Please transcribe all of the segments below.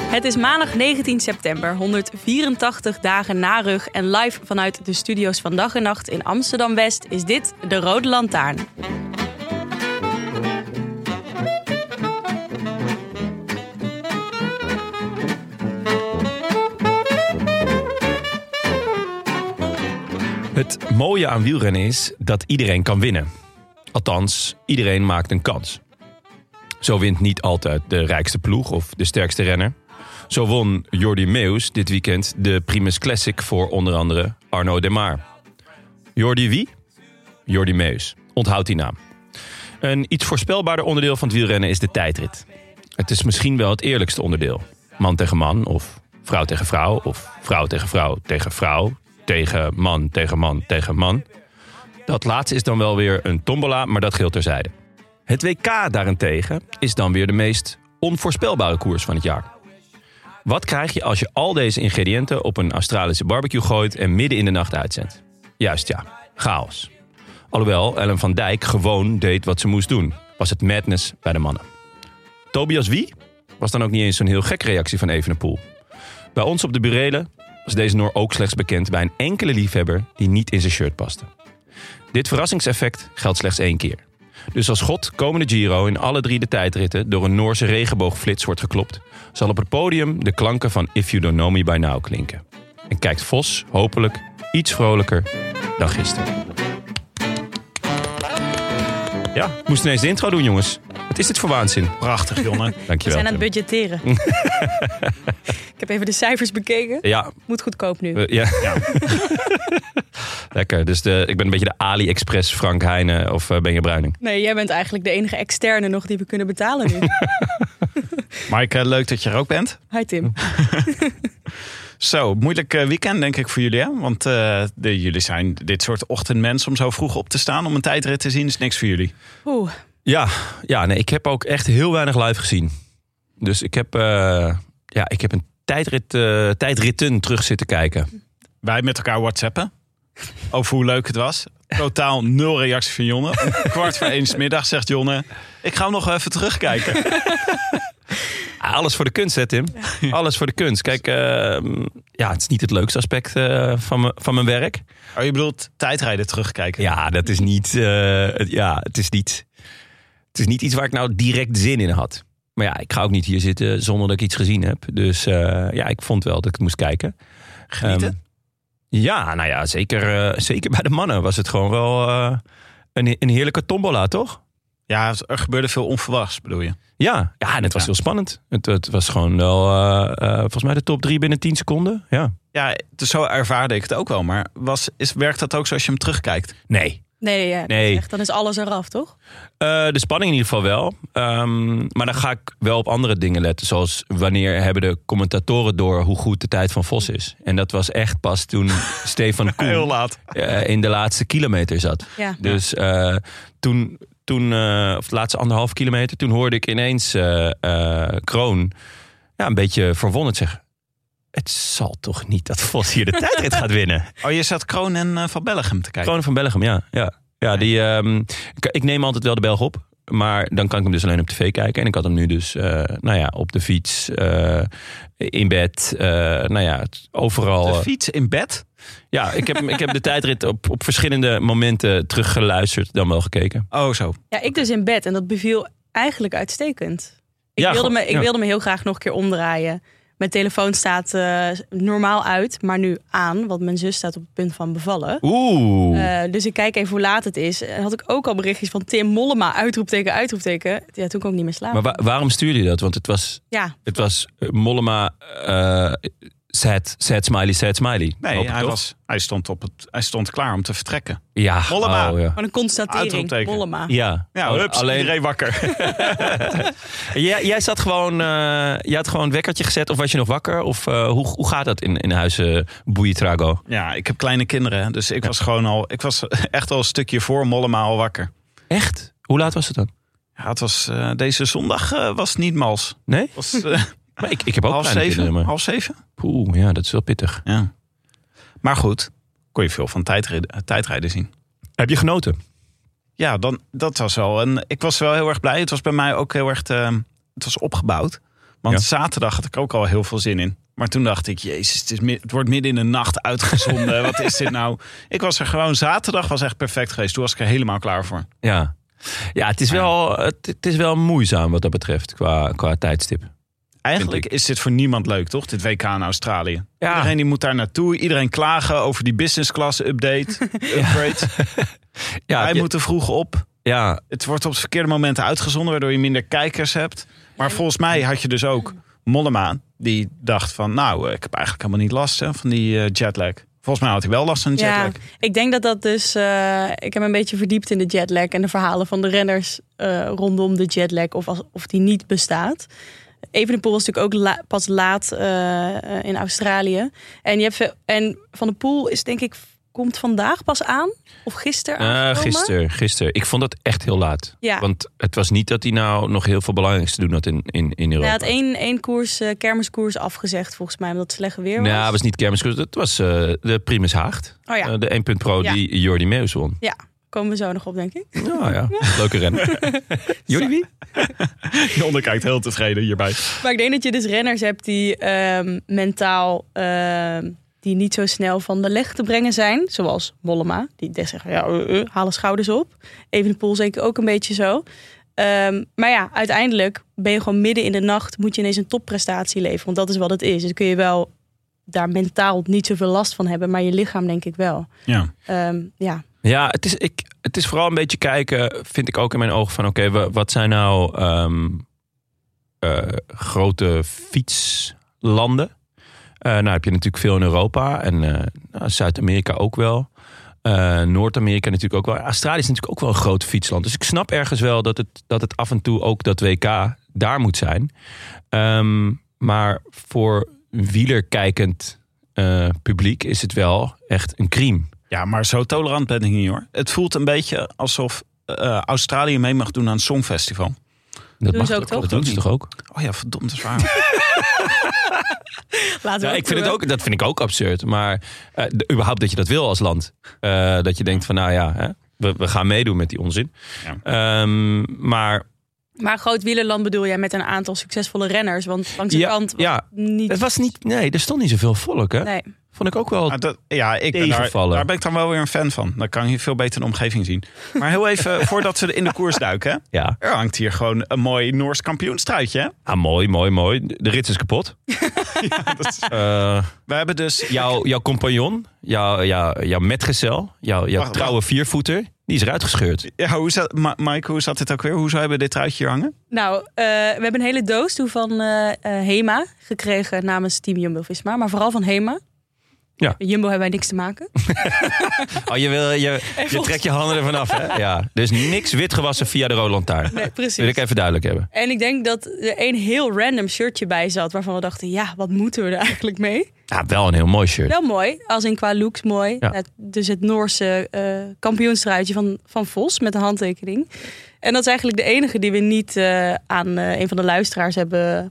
Het is maandag 19 september, 184 dagen na rug en live vanuit de studio's van Dag en Nacht in Amsterdam West is dit de Rode Lantaarn. Het mooie aan wielrennen is dat iedereen kan winnen. Althans, iedereen maakt een kans. Zo wint niet altijd de rijkste ploeg of de sterkste renner. Zo won Jordi Meus dit weekend de Primus Classic voor onder andere Arno Demar. Jordi wie? Jordi Meus. Onthoud die naam. Een iets voorspelbaarder onderdeel van het wielrennen is de tijdrit. Het is misschien wel het eerlijkste onderdeel. Man tegen man of vrouw tegen vrouw of vrouw tegen vrouw tegen vrouw tegen man tegen man tegen man. Dat laatste is dan wel weer een tombola, maar dat geldt terzijde. Het WK daarentegen is dan weer de meest onvoorspelbare koers van het jaar. Wat krijg je als je al deze ingrediënten op een Australische barbecue gooit en midden in de nacht uitzendt? Juist ja, chaos. Alhoewel Ellen van Dijk gewoon deed wat ze moest doen, was het madness bij de mannen. Tobias Wie was dan ook niet eens zo'n heel gek reactie van Evenepoel. Bij ons op de burelen was deze Noor ook slechts bekend bij een enkele liefhebber die niet in zijn shirt paste. Dit verrassingseffect geldt slechts één keer. Dus als God komende Giro in alle drie de tijdritten door een Noorse regenboogflits wordt geklopt, zal op het podium de klanken van If You Don't Know Me By Now klinken. En kijkt Vos hopelijk iets vrolijker dan gisteren. Ja, ik moest ineens de intro doen, jongens. Wat is dit voor waanzin? Prachtig, Jonne. We Dankjewel. zijn aan het Tim. budgetteren. Ik heb even de cijfers bekeken. Ja, Moet goedkoop nu. Eh, ja. Lekker. Dus de, ik ben een beetje de AliExpress Frank Heijnen of eh, Benja Bruining. Nee, jij bent eigenlijk de enige externe nog die we kunnen betalen nu. Mike, eh, leuk dat je er ook bent. Hi Tim. Zo, moeilijk eh, weekend denk ik voor jullie, hè? Want eh, de, jullie zijn dit soort ochtendmensen om zo vroeg op te staan om een tijdrit te zien, is niks voor jullie. Oeh, Ja, ja nee, ik heb ook echt heel weinig live gezien. Dus ik heb, eh, ja, ik heb een tijdrit, eh, tijdritten terug zitten kijken. Wij met elkaar whatsappen over hoe leuk het was. Totaal nul reactie van Jonne. Om kwart voor één 's middag zegt Jonne, ik ga hem nog even terugkijken. Alles voor de kunst, hè Tim? Alles voor de kunst. Kijk, eh, ja, het is niet het leukste aspect eh, van, mijn- van mijn werk. Oh, je bedoelt tijdrijden terugkijken? Ja, dat is niet, eh, het- ja, het is niet... Het is niet iets waar ik nou direct zin in had. Maar ja, ik ga ook niet hier zitten zonder dat ik iets gezien heb. Dus eh, ja, ik vond wel dat ik het moest kijken. Genieten? Ehm, ja, nou ja, zeker, eh, zeker bij de mannen was het gewoon wel eh, een, een heerlijke tombola, toch? ja, er gebeurde veel onverwachts, bedoel je? Ja, ja en het was Ja. heel spannend. Het, het was gewoon wel, eh, eh, volgens mij de top drie binnen 10 seconden. Ja. Ja, dus zo ervaarde ik het ook wel. Maar was, is, werkt dat ook zoals je hem terugkijkt? Nee, nee, ja, Nee. Echt, dan is alles eraf toch? Eh, de spanning in ieder geval wel. Ehm, maar dan ga ik wel op andere dingen letten. Zoals wanneer hebben de commentatoren door hoe goed de tijd van Vos is. En dat was echt pas toen Stefan Koen laat. eh, in de laatste kilometer zat. Ja. Dus eh, toen, toen eh, of de laatste anderhalf kilometer, toen hoorde ik ineens eh, eh, Kroon ja, een beetje verwonderd zeggen. Het zal toch niet dat Vos hier de tijdrit gaat winnen? Oh, je zat Kroon en eh, Van Bellegem te kijken. Kroon van Belgium, ja. ja. ja die, ehm, ik, ik neem altijd wel de Belg op. Maar dan kan ik hem dus alleen op tv kijken. En ik had hem nu dus eh, nou ja, op de fiets, eh, in bed, eh, nou ja, het- overal. De eh, fiets in bed? ja, ik heb, hem- ik heb de tijdrit op, op verschillende momenten teruggeluisterd, dan wel gekeken. Oh, zo. Ja, ik dus in bed en dat beviel eigenlijk uitstekend. Ik, Ja, wilde, goh, me, ik ja. wilde me heel graag nog een keer omdraaien. Mijn telefoon staat eh, normaal uit, maar nu aan, want mijn zus staat op het punt van bevallen. Oeh. Eh, dus ik kijk even hoe laat het is. En had ik ook al berichtjes van Tim Mollema, uitroepteken, uitroepteken. Ja, toen kon ik niet meer slapen. maar wa- waarom stuurde je dat? Want het was, Ja, het was eh, Mollema, eh sad, sad smiley, sad smiley. Hoop Nee, ik hij, toch? was, hij, stond op het, hij stond klaar om te vertrekken. Ja. Mollema. oh, ja. gewoon een constatering. Uitroepteken. Mollema. Ja, Ja, Oh, hups, alleen iedereen wakker. jij, jij zat gewoon, eh jij had gewoon een wekkertje gezet of was je nog wakker? Of eh, hoe, hoe gaat dat in, eh, in huizen Boeitrago? ja, ik heb kleine kinderen, dus ik was gewoon al... Ik was echt al een stukje voor Mollema al wakker. Echt? Hoe laat was het dan? Ja, het was, eh, deze zondag eh, was het niet mals. Nee? Het was eh, Maar ik, ik heb ook half, kleine zeven, kinderen. Maar... half zeven. Oeh, ja, dat is wel pittig. Ja. Maar goed, kon je veel van tijdrijden, eh, tijdrijden zien. Heb je genoten? Ja, dan, dat was wel. En ik was wel heel erg blij. Het was bij mij ook heel erg. te- het was opgebouwd. Want Ja. zaterdag had ik ook al heel veel zin in. Maar toen dacht ik, jezus, het, is mi- het wordt midden in de nacht uitgezonden. Wat is dit nou? Ik was er gewoon. Zaterdag was echt perfect geweest. Toen was ik er helemaal klaar voor. Ja, Ah, ja, het, is Maar ja. wel, het, het is wel moeizaam wat dat betreft qua, qua tijdstip. Eigenlijk is dit voor niemand leuk, toch? Dit WK in Australië. Ja. Iedereen die moet daar naartoe. Iedereen klagen over die business class update. Upgrade. Ja, Wij heb je- moeten vroeg op. ja, het wordt op het verkeerde moment uitgezonden, waardoor je minder kijkers hebt. Maar volgens mij had je dus ook Mollema, die dacht van, nou, eh, ik heb eigenlijk helemaal niet last hè, van die eh, jetlag. Volgens mij had hij wel last van Ja, jetlag. ik denk dat dat dus. eh, ik heb me een beetje verdiept in de jetlag en de verhalen van de renners eh, rondom de jetlag of, als, of die niet bestaat. Evenepoel was natuurlijk ook la- pas laat eh, eh, in Australië. En, je hebt, ve- en Van de Poel is denk ik komt vandaag pas aan of gisteren? eh aangekomen? gisteren, gisteren. Ik vond dat echt heel laat. Ja. Want het was niet dat hij nou nog heel veel belangrijks te doen had in, in, in Nou, Europa. hij had één, één koers, eh, kermiskoers afgezegd volgens mij omdat het slechte weer was. Nou, het was niet kermiskoers. Het was eh, de Primus Haagd. Oh ja. Eh, de 1 punt pro Ja. die Jordi Meus won. Ja, komen we zo nog op denk ik. Nou ja, leuke ren. Jordi wie? Jonne kijkt heel tevreden hierbij. Maar ik denk dat je dus renners hebt die ehm, mentaal ehm, die niet zo snel van de leg te brengen zijn. Zoals Mollema, die des zegt, ja, eh, eh, halen schouders op. Evenepoel zeker ook een beetje zo. Ehm, maar ja, uiteindelijk ben je gewoon midden in de nacht... moet je ineens een topprestatie leveren, want dat is wat het is. Dus kun je wel daar mentaal niet zoveel last van hebben... maar je lichaam denk ik wel. Ja. Ehm, ja, Ja, het is, ik, het is vooral een beetje kijken, vind ik ook in mijn ogen, van oké, wa- wat zijn nou ehm, eh, grote fietslanden? Eh, nou heb je natuurlijk veel in Europa en eh, nou, Zuid-Amerika ook wel. Eh, Noord-Amerika natuurlijk ook wel. Australië is natuurlijk ook wel een groot fietsland. Dus ik snap ergens wel dat het, dat het af en toe ook dat WK daar moet zijn. Ehm, maar voor wielerkijkend eh, publiek is het wel echt een crime. ja, maar zo tolerant ben ik niet hoor. Het voelt een beetje alsof eh, Australië mee mag doen aan het Songfestival. Dat Doen ze mag ook toch? Dat doen ze toch ook? Oh ja, verdomd, dat is waar. laten we Ja, ik vind het doen. ook, dat vind ik ook absurd. Maar eh, de- überhaupt dat je dat wil als land. Eh, dat je denkt van, nou ja, hè, we, we gaan meedoen met die onzin. Ehm, maar Maar groot wielerland bedoel jij met een aantal succesvolle renners. Want langs de Ja, kant was ja. niet... het was niet, nee, er stond niet zoveel volk. Hè? Nee. Vond ik ook wel. Maar dat- ja, ik ben daar, Tegenvallen. daar ben ik dan wel weer een fan van. Dan kan je veel beter een omgeving zien. Maar heel even, voordat ze in de koers duiken... hè. Ja, Er hangt hier gewoon een mooi Noors kampioenstruitje. hè? ah, mooi, mooi, mooi. De rits is kapot. Eh, We hebben dus... jouw, jouw compagnon, jouw, jouw, jouw metgezel, jouw, jouw Wacht, trouwe viervoeter, die is eruit gescheurd. Ja, hoe zat, Ma- Mike, hoe zat dit ook weer? Hoe zou hebben we dit truitje hier hangen? Nou, eh, we hebben een hele doos toen van eh, eh, Hema gekregen namens Team Jumbo-Visma. Maar vooral van Hema. Ja. Met Jumbo hebben wij niks te maken. Oh, je, wil, je, je trekt je handen ervan af, hè? Ja. Dus niks wit gewassen via de Roland Taar. Nee, precies. Wil ik even duidelijk hebben. En ik denk dat er één heel random shirtje bij zat... waarvan we dachten, ja, wat moeten we er eigenlijk mee? Ja, wel een heel mooi shirt. Wel mooi, als in qua looks mooi. Ja. Nou, dus het Noorse eh kampioenstruitje van, van Vos met een handtekening. En dat is eigenlijk de enige die we niet eh, aan eh, een van de luisteraars hebben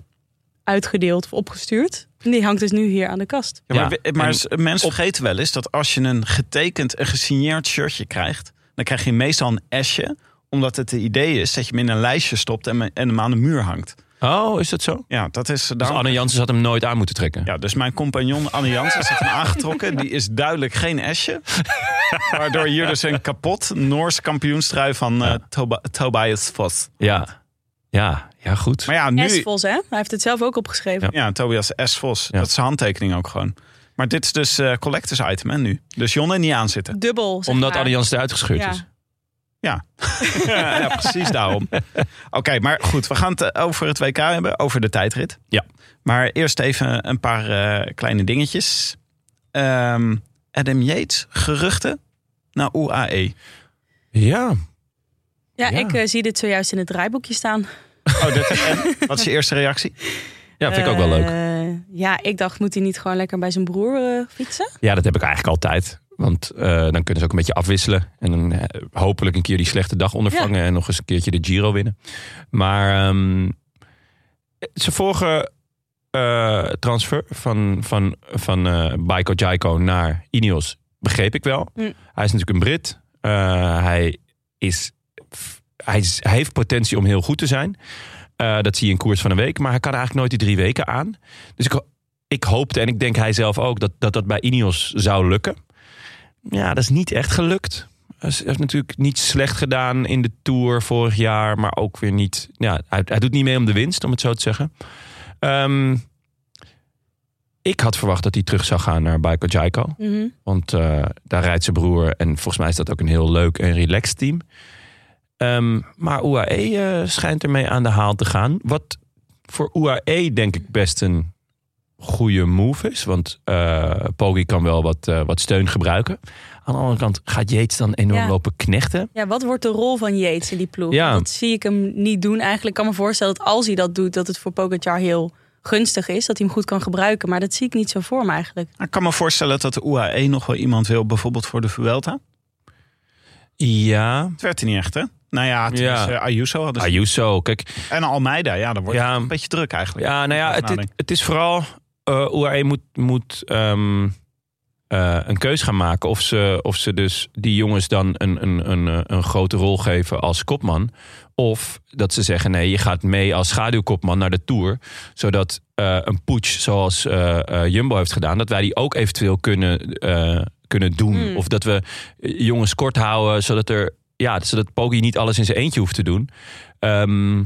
uitgedeeld of opgestuurd. En die hangt dus nu hier aan de kast. Ja, maar Ja, we- maar en- s- mensen vergeten wel eens dat als je een getekend, een gesigneerd shirtje krijgt... dan krijg je meestal een esje, omdat het het idee is dat je hem in een lijstje stopt... en, me- en hem aan de muur hangt. Oh, is dat zo? Ja, dat is... Dus Daarom, Anne Janssens had hem nooit aan moeten trekken. ja, dus mijn compagnon Anne Jansen heeft hem aangetrokken. Die is duidelijk geen esje. Waardoor hier dus een kapot Noors kampioenstrui van eh, Toba- Tobias Vos. Ja. Ja, ja goed. Maar ja, nu... S-Vos, hè? Hij heeft het zelf ook opgeschreven. Ja, Tobias S. Vos. Ja. Dat is zijn handtekening ook gewoon. Maar dit is dus eh, collectors item hè, nu. Dus Jonne niet aanzitten. Dubbel, zeg Omdat maar. Allianz eruit gescheurd Ja. is. ja, ja, precies daarom. Oké, maar goed. We gaan het eh, over het WK hebben. Over de tijdrit. Ja. Maar eerst even een paar eh, kleine dingetjes. Ehm, Adam Yates, geruchten naar E. UAE. Ja. Ja, Ja. ik eh, zie dit zojuist in het draaiboekje staan. Oh, dat, en wat is je eerste reactie? ja, vind ik ook wel leuk. Eh, Ja, ik dacht, moet hij niet gewoon lekker bij zijn broer eh, fietsen? Ja, dat heb ik eigenlijk altijd. Want eh, dan kunnen ze ook een beetje afwisselen. En dan eh, hopelijk een keer die slechte dag ondervangen. En nog eens een keertje de Giro winnen. Maar ehm, zijn vorige eh, transfer van, van, van eh Baiko Jaiko naar Ineos begreep ik wel. Mm. Hij is natuurlijk een Brit. Eh, hij, is, hij, is- hij heeft potentie om heel goed te zijn. Eh, dat zie je in koers van een week. Maar hij kan eigenlijk nooit die drie weken aan. Dus ik, ho- ik hoopte en ik denk hij zelf ook dat dat, dat bij Ineos zou lukken. Ja, dat is niet echt gelukt. Hij is- hij heeft natuurlijk niet slecht gedaan in de Tour vorig jaar, maar ook weer niet... Ja, hij, hij doet niet mee om de winst, om het zo te zeggen. Ehm, ik had verwacht dat hij terug zou gaan naar Baiko Jaiko. Mhm. Want eh, daar rijdt zijn broer. En volgens mij is dat ook een heel leuk en relaxed team. Ehm, maar UAE eh, schijnt ermee aan de haal te gaan. Wat voor UAE denk ik best een goede move is. Want eh Poggi kan wel wat, eh, wat steun gebruiken. Aan de andere kant gaat Yates dan enorm Ja. lopen knechten. Ja, wat wordt de rol van Yates in die ploeg? Ja. Dat zie ik hem niet doen eigenlijk. Ik kan me voorstellen dat als hij dat doet, dat het voor Pogacar heel gunstig is. Dat hij hem goed kan gebruiken. Maar dat zie ik niet zo voor me eigenlijk. Ik kan me voorstellen dat de UAE nog wel iemand wil. Bijvoorbeeld voor de Vuelta. Ja, Het werd er niet echt, hè? Nou ja, het Ja. is, eh, Ayuso hadden ze. Ayuso. Kijk, En Almeida, ja, dan wordt Ja. het een beetje druk eigenlijk. ja, nou ja, het, het- het is vooral... eh UAE moet, moet ehm, eh, een keus gaan maken. Of ze, of ze dus die jongens dan een, een, een, eh, een grote rol geven als kopman. Of dat ze zeggen, nee, je gaat mee als schaduwkopman naar de Tour. Zodat eh, een putsch zoals eh, eh, Jumbo heeft gedaan... dat wij die ook eventueel kunnen, eh, kunnen doen. Hmm. Of dat we eh, jongens kort houden, zodat er... Ja, zodat Poggi niet alles in zijn eentje hoeft te doen. Ehm,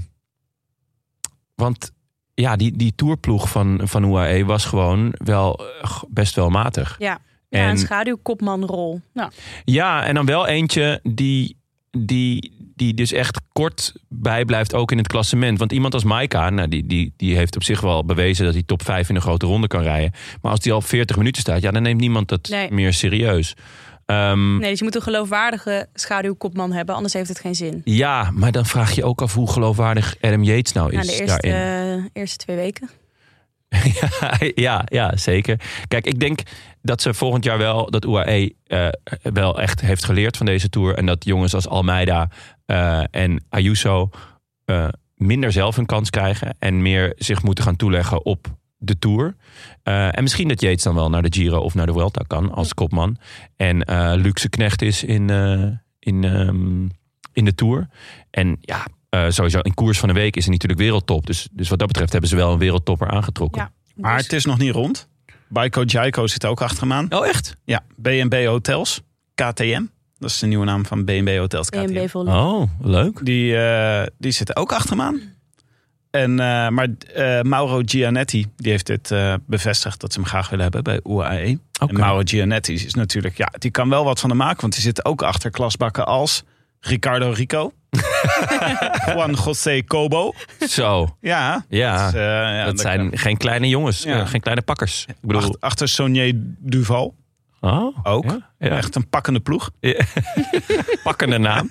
want ja, die, die tourploeg van, van UAE was gewoon wel eh, g- best wel matig. Ja, ja En- een schaduwkopmanrol. Nou, Ja, en dan wel eentje die, die, die dus echt kort bijblijft ook in het klassement. Want iemand als Maika, nou, die, die, die heeft op zich wel bewezen dat hij top 5 in een grote ronde kan rijden. Maar als die al 40 minuten staat, ja, dan neemt niemand dat Nee. meer serieus. Ehm, nee, dus je moet een geloofwaardige schaduwkopman hebben. Anders heeft het geen zin. Ja, maar dan vraag je ook af hoe geloofwaardig Adam Yates nou Na is de eerste, daarin. eh, eerste twee weken. ja, ja, zeker. Kijk, ik denk dat ze volgend jaar wel, dat UAE eh, wel echt heeft geleerd van deze tour. En dat jongens als Almeida eh, en Ayuso eh, minder zelf een kans krijgen. En meer zich moeten gaan toeleggen op de tour. Eh, en misschien dat Yates dan wel naar de Giro of naar de Vuelta kan als kopman. En eh luxe knecht is in, eh, in, ehm, in de tour. En ja. eh, sowieso, in koers van een week is hij natuurlijk wereldtop. Dus, dus wat dat betreft hebben ze wel een wereldtopper aangetrokken. Ja. Maar Dus- het is nog niet rond. Baiko Jaiko zit ook achter hem aan. Oh, echt? Ja, B&B Hotels, KTM. Dat is de nieuwe naam van B&B Hotels KTM. BNB vol. Oh, leuk. Die, eh, die zit ook achter hem aan. En, eh, maar eh, Mauro Gianetti die heeft dit eh, bevestigd dat ze hem graag willen hebben bij UAE. En Mauro Gianetti is natuurlijk, ja, die kan wel wat van hem maken. Want die zit ook achter klasbakken als Ricardo Rico. Juan José Cobo. Zo, Ja, ja. dus, eh, ja, Ah, dat dan- zijn geen kleine jongens, Ja. eh, geen kleine pakkers. Ik bedoel, Achter, achter Sonier Duval oh, ook. ja, ja. Echt een pakkende ploeg. pakkende naam.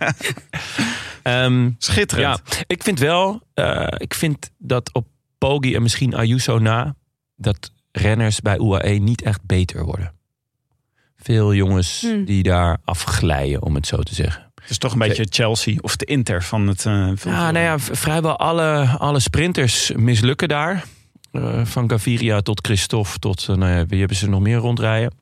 Ehm, Schitterend. ja, ik vind wel, eh, ik vind dat op Poggi en misschien Ayuso na, dat renners bij UAE niet echt beter worden. Veel jongens Hmm. die daar afglijden, om het zo te zeggen. Het is toch een beetje Chelsea of de Inter van het... eh, van Ja, het- nou ja, v- vrijwel alle, alle sprinters mislukken daar. Eh, van Gaviria tot Christophe tot, eh, nou ja, wie hebben ze nog meer rondrijden.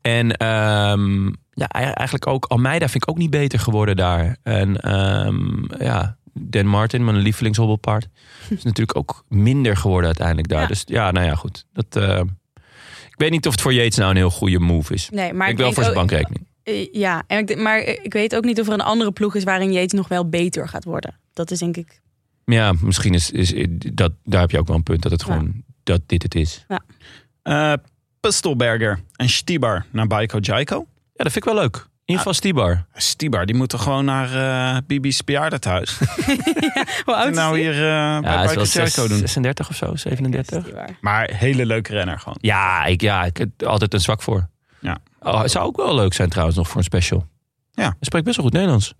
En ehm, ja, ei- eigenlijk ook Almeida vind ik ook niet beter geworden daar. En ehm, ja, Dan Martin, mijn lievelingshobbelpaard, is natuurlijk ook minder geworden uiteindelijk daar. Ja. Dus ja, nou ja, goed. Dat, eh, ik weet niet of het voor Yates nou een heel goede move is. Nee, maar ik denk wel voor zijn ook- bankrekening. Eh, ja, eh, en ik, denk- maar ik weet ook niet of er een andere ploeg is waarin Yates nog wel beter gaat worden. Dat is denk ik Ja, misschien is, is, dat, daar heb je ook wel een punt dat het gewoon dat dit het is. Eh Pustelberger en Stibar naar Baiko Jaiko. Ja, dat vind ik wel leuk. Inval Stibar. Stibar, die moet toch gewoon naar eh, Bibi's bejaardentehuis. Hoe oud En is nou die? hier eh, bij het is Baiko wel Jaiko doen. 36 of zo, Dat is 37. niet waar. Maar hele leuke renner gewoon. Ja, ik, ja, ik heb er altijd een zwak voor. Ja. Oh, het zou ook wel leuk zijn trouwens nog voor een special. Ja. Hij spreekt best wel goed Nederlands.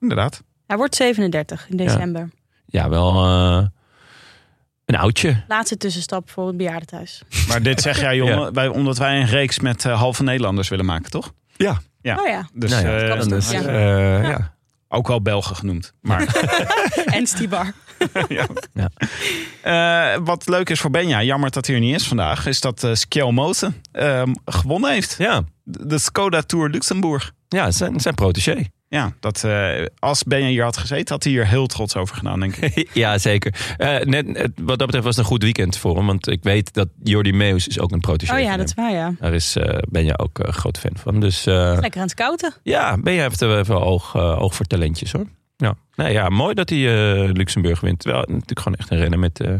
Inderdaad. Hij wordt 37 in december. Ja, wel eh, een oudje. Laatste tussenstap voor het bejaardentehuis. Maar dit zeg jij, jongen, wij, omdat wij een reeks met eh, halve Nederlanders willen maken, toch? Ja. Oh ja, Dus Nou ja, eh, dat is dus, ja. eh, ja. ook wel Belgen genoemd. Maar, en Stibar. ja. Ja. Eh, wat leuk is voor Benja, jammer dat hij er niet is vandaag, is dat eh Skjell Moten eh, gewonnen heeft. Ja, De de Skoda Tour Luxemburg. ja zijn, zijn protégé. Ja, dat, eh, als Benja hier had gezeten, had hij hier heel trots over gedaan, denk ik. ja, zeker. Eh, net, het- wat dat betreft was het een goed weekend voor hem. Want ik weet dat Jordi Meus is ook een protégé Oh van ja, hem. dat is waar ja. Daar is, eh, ben je ook eh, een groot fan van. Dus eh, Lekker aan het scouten. ja, ben je heeft er wel oog, eh, oog voor talentjes hoor. Ja. Nee, ja, mooi dat hij eh, Luxemburg wint. Wel natuurlijk gewoon echt een renner met, eh,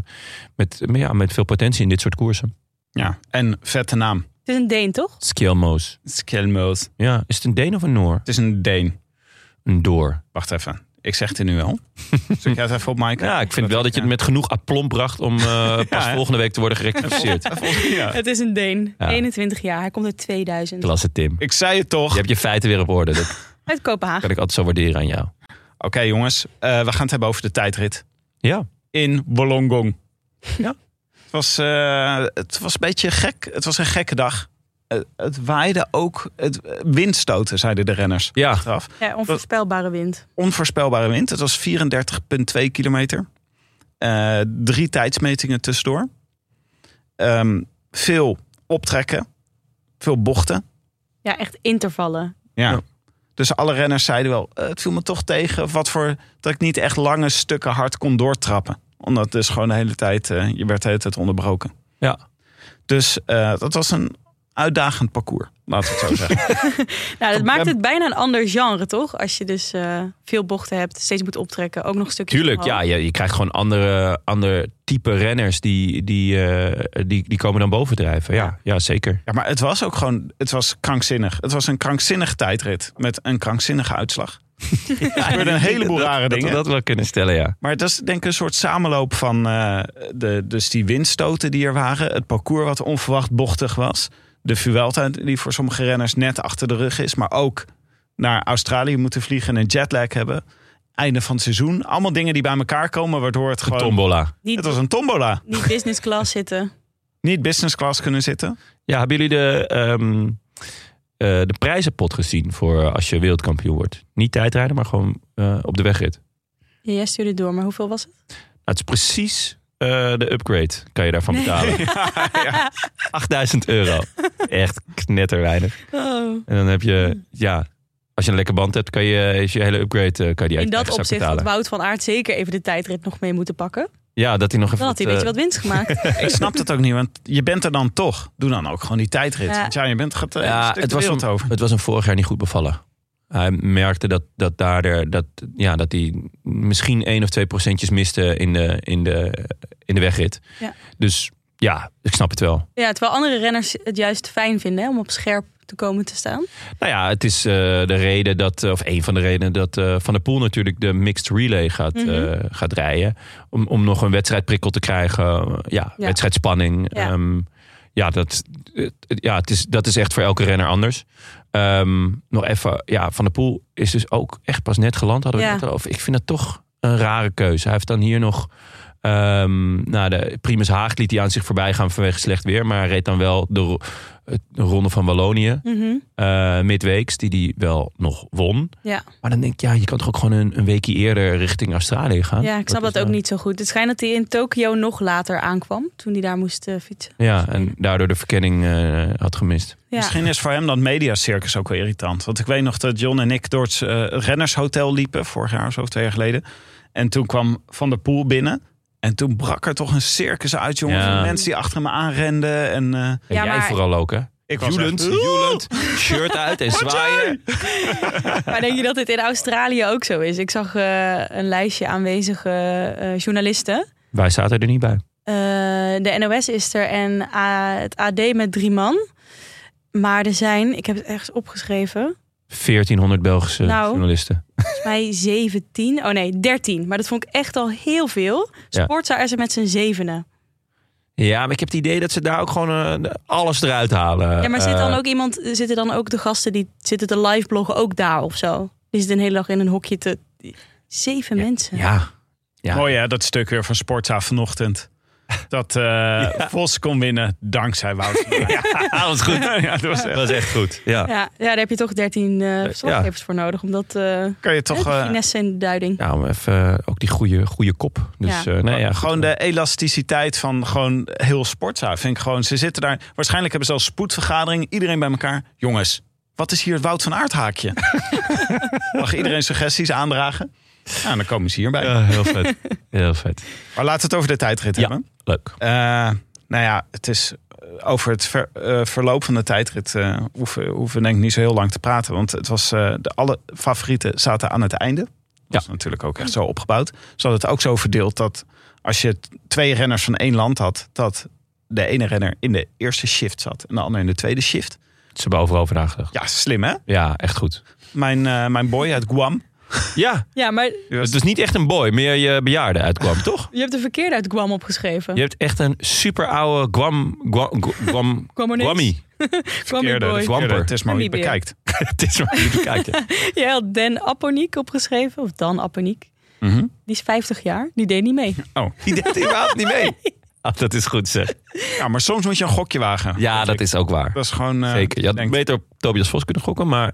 met, maar ja, met veel potentie in dit soort koersen. Ja, en vette naam. Het is een Deen toch? Skjelmoos. Skjell Moten. Ja, is het een Deen of een Noor? Het is een Deen. Een Door. Wacht even, ik zeg het nu wel. Zoek jij het even op, Mike? Ja, ik vind wel dat je het met genoeg aplomb bracht om eh, pas hè? volgende week te worden gerectificeerd. Ja. Het is een Deen. Ja. 21 jaar. Hij komt uit 2000. Klasse Tim. Ik zei het toch. Je hebt je feiten weer op orde. Dat Uit Kopenhagen. kan ik altijd zo waarderen aan jou. Oké jongens, eh, we gaan het hebben over de tijdrit Ja. in Wollongong. Ja. Het was, eh, het was een beetje gek. Het was een gekke dag. Eh, het waaide ook het, eh, windstoten, zeiden de renners. Ja. Achteraf. Ja, onvoorspelbare wind. Onvoorspelbare wind. Het was 34,2 kilometer. Eh, drie tijdsmetingen tussendoor. Ehm, veel optrekken. Veel bochten. Ja, echt intervallen. Ja. Ja. Dus alle renners zeiden wel, eh, het viel me toch tegen of wat voor, dat ik niet echt lange stukken hard kon doortrappen. Omdat dus gewoon de hele tijd, eh, je werd de hele tijd onderbroken. Ja. Dus eh, dat was een uitdagend parcours, laten we het zo zeggen. Nou, dat Ik maakt ben- het bijna een ander genre, toch? Als je dus eh, veel bochten hebt, steeds moet optrekken, ook nog stukjes. Tuurlijk, ja. omhoog. Je, je krijgt gewoon andere, andere type renners die, die, eh, die, die komen dan bovendrijven. Ja, ja zeker. ja, maar het was ook gewoon, het was krankzinnig. Het was een krankzinnige tijdrit met een krankzinnige uitslag. Er gebeurden een heleboel rare Dat dingen. we dat wel kunnen stellen, ja. Maar dat is denk ik een soort samenloop van eh, de, dus die windstoten die er waren. Het parcours wat onverwacht bochtig was. De Vuelta die voor sommige renners net achter de rug is. Maar ook naar Australië moeten vliegen en een jetlag hebben. Einde van het seizoen. Allemaal dingen die bij elkaar komen waardoor het Een gewoon... tombola. Het Niet, was een tombola. niet business class zitten. Niet business class kunnen zitten. Ja, hebben jullie de, ehm, eh, de prijzenpot gezien voor eh, als je wereldkampioen wordt? Niet tijdrijden, maar gewoon eh, op de wegrit. Ja, Jij stuurde door, maar hoeveel was het? Nou, het is precies eh, de upgrade kan je daarvan betalen. 8000 euro. Echt knetterweinig. Oh. En dan heb je, ja, als je een lekker band hebt, kan je is je hele upgrade eh, kan In je die uit je dat eigen zak opzicht had betalen. Wout van Aert zeker even de tijdrit nog mee moeten pakken. Ja, dat hij nog even Dan had hij een wat, beetje wat winst gemaakt. Ik snap dat ook niet, want je bent er dan toch. Doe dan ook gewoon die tijdrit. Ja. Want ja, je bent gaat er eh, een ja, stuk het de was, wereld hem, over. het was hem vorig jaar niet goed bevallen. Hij merkte dat, dat, daar de- dat, ja, dat hij misschien 1 of 2 procentjes miste in de, in de, in de wegrit. Ja. Dus ja, ik snap het wel. Ja, terwijl andere renners het juist fijn vinden hè, om op scherp te komen te staan. Nou ja, het is eh, de reden dat, eh, of een van de redenen dat eh, Van der Poel natuurlijk de mixed relay gaat, eh, Mhm. gaat rijden. Om, om nog een wedstrijdprikkel te krijgen. eh, Ja, Ja. wedstrijdspanning. Ja. Ja, ja, dat, het- ja het is, dat is echt voor elke renner anders. Ehm, nog even, ja, Van der Poel is dus ook echt pas net geland. Hadden we Ja. het net al over. Ik vind dat toch een rare keuze. Hij heeft dan hier nog... ehm nou, de Primus Haag liet hij aan zich voorbij gaan vanwege slecht weer. Maar hij reed dan wel de, ro- het- de ronde van Wallonië Mhm. eh midweeks, die die wel nog won. Ja. Maar dan denk ik, ja, je kan toch ook gewoon een, een weekje eerder richting Australië gaan? Ja, ik snap dat, is ook wel- niet zo goed. Het schijnt dat hij in Tokio nog later aankwam, toen hij daar moest eh, fietsen. Ja, en daardoor de verkenning eh, had gemist. Ja. Misschien is voor hem dat mediacircus ook wel irritant. Want ik weet nog dat John en ik door het eh, rennershotel liepen, vorig jaar of zo, of twee jaar geleden. En toen kwam Van der Poel binnen. En toen brak er toch een circus uit, jongen. Ja. Van mensen die achter hem aanrenden. En, eh, En Ja, jij maar- vooral ook, hè? Ik was Joelend, echt- joelend, shirt uit en zwaaien. Maar denk je dat dit in Australië ook zo is? Ik zag eh, een lijstje aanwezige eh, journalisten. Wij zaten er niet bij. Eh, de NOS is er en A- het AD met drie man. Maar er zijn, ik heb het ergens opgeschreven, 1400 Belgische Nou. journalisten. volgens mij 17. Oh nee, 13. Maar dat vond ik echt al heel veel. Ja. Sportza is er met z'n zevenen. Ja, maar ik heb het idee dat ze daar ook gewoon eh, alles eruit halen. Ja, maar zit Eh, dan ook iemand, zitten dan ook de gasten die zitten te live bloggen ook daar of zo? Die zitten een hele dag in een hokje te. Zeven mensen. Ja. ja. Mooi hè, dat stuk weer van Sporta vanochtend. Dat eh Vos kon winnen dankzij Wouter. ja, Ah, dat was goed. ja, dat was echt- Dat was echt goed. Ja. Ja, ja, daar heb je toch 13 eh verslaggevers voor nodig. Omdat eh Kan je toch... toch, eh, finesse in de duiding. Nou, even eh, ook die goede, goede kop. Dus, Ja. eh, nee, ja, gewoon goed. de elasticiteit van gewoon heel sportza. Vind ik gewoon, ze zitten daar. Waarschijnlijk hebben ze al spoedvergadering. Iedereen bij elkaar. Jongens, wat is hier het Wout van Aert haakje? Mag iedereen suggesties aandragen? Nou, dan komen ze hierbij. Ja, heel vet. Heel vet. Maar laten we het over de tijdrit Ja. hebben. Leuk. Eh, nou ja, het is eh, over het ver- eh, verloop van de tijdrit eh, hoeven, hoeven denk ik niet zo heel lang te praten. Want het was, eh, de alle favorieten zaten aan het einde. Dat is natuurlijk ook echt zo opgebouwd. Ze hadden het ook zo verdeeld dat als je t- twee renners van één land had, dat de ene renner in de eerste shift zat en de ander in de tweede shift. Ze hebben overal over nagedacht. Ja, slim hè? Ja, echt goed. Mijn, eh, mijn boy uit Guam. Ja, Ja, maar die was- het was niet echt een boy, meer je bejaarde uitkwam, toch? je hebt de verkeerde uit Guam opgeschreven. Je hebt echt een super oude Guam, Guam, Guam, Guamonees. Guammy. Kwam verkeerde, de boy. Guam- verkeerde. Het is maar wie het Namibië. bekijkt. Het is maar even kijken. Jij had Dan Apponiek opgeschreven, of Dan Apponiek. Mhm. Die is 50 jaar, die deed niet Ah, mee. Oh, Die deed überhaupt niet mee. Ah, dat is goed zeg. ja, maar soms moet je een gokje wagen. Ja, dat is ook waar. Dat is gewoon. eh, Zeker. Je had denk ik. beter op Tobias Vos kunnen gokken, maar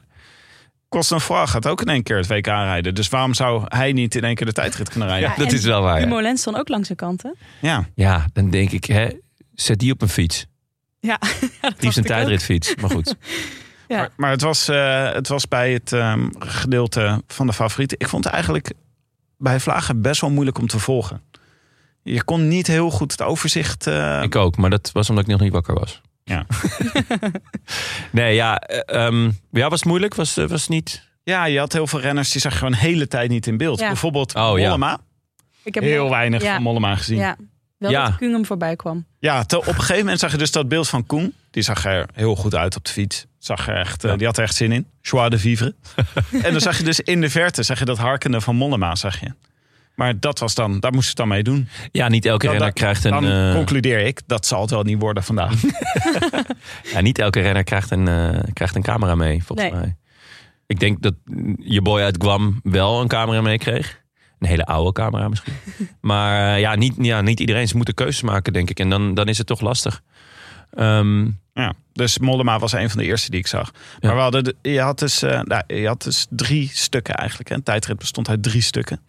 Kostenvraag gaat ook in één keer het WK rijden. Dus waarom zou hij niet in één keer de tijdrit kunnen rijden? ja, Ja, dat en is wel waar. Die Ja. Molens dan ook langs de kanten. Ja, dan denk ik, hè, zet die op een fiets. Ja, dat Liefst dacht een ik ook. tijdritfiets, maar goed. Ja. Maar, maar het, was, eh, het was bij het ehm, gedeelte van de favorieten. Ik vond het eigenlijk bij Vlagen best wel moeilijk om te volgen. Je kon niet heel goed het overzicht. eh, Ik ook, maar dat was omdat ik nog niet wakker was. Ja. nee, ja. eh, ehm, ja, was het moeilijk? Was, eh, was het niet? ja, je had heel veel renners die zag je gewoon de hele tijd niet in beeld. Ja. Bijvoorbeeld Oh, ja. Mollema. Ik heb Heel weinig Ja. van Mollema gezien. Ja, Ja, wel Ja. dat Kungum voorbij kwam. te- op een gegeven moment zag je dus dat beeld van Koen. Die zag er heel goed uit op de fiets. Zag er echt, eh, Ja. Die had er echt zin in. Joie de vivre. en dan zag je dus in de verte zag je dat harkende van Mollema. Zag je. Maar dat was dan, daar moest je het dan mee doen. Ja, niet elke Dan- renner dan- krijgt een. Dan eh, concludeer ik, dat zal het wel niet worden vandaag. ja, niet elke renner krijgt een, eh, krijgt een camera mee, volgens Nee. mij. Ik denk dat mm, je boy uit Guam wel een camera meekreeg. Een hele oude camera misschien. maar eh, ja niet, ja, niet iedereen. Ze moeten keuzes maken, denk ik. En dan, dan is het toch lastig. Ehm, ja, dus Mollema was een van de eerste die ik zag. Ja. Maar we hadden, de- je, had dus, eh, nou, je had dus drie stukken eigenlijk. Hè. Een tijdrit bestond uit drie stukken.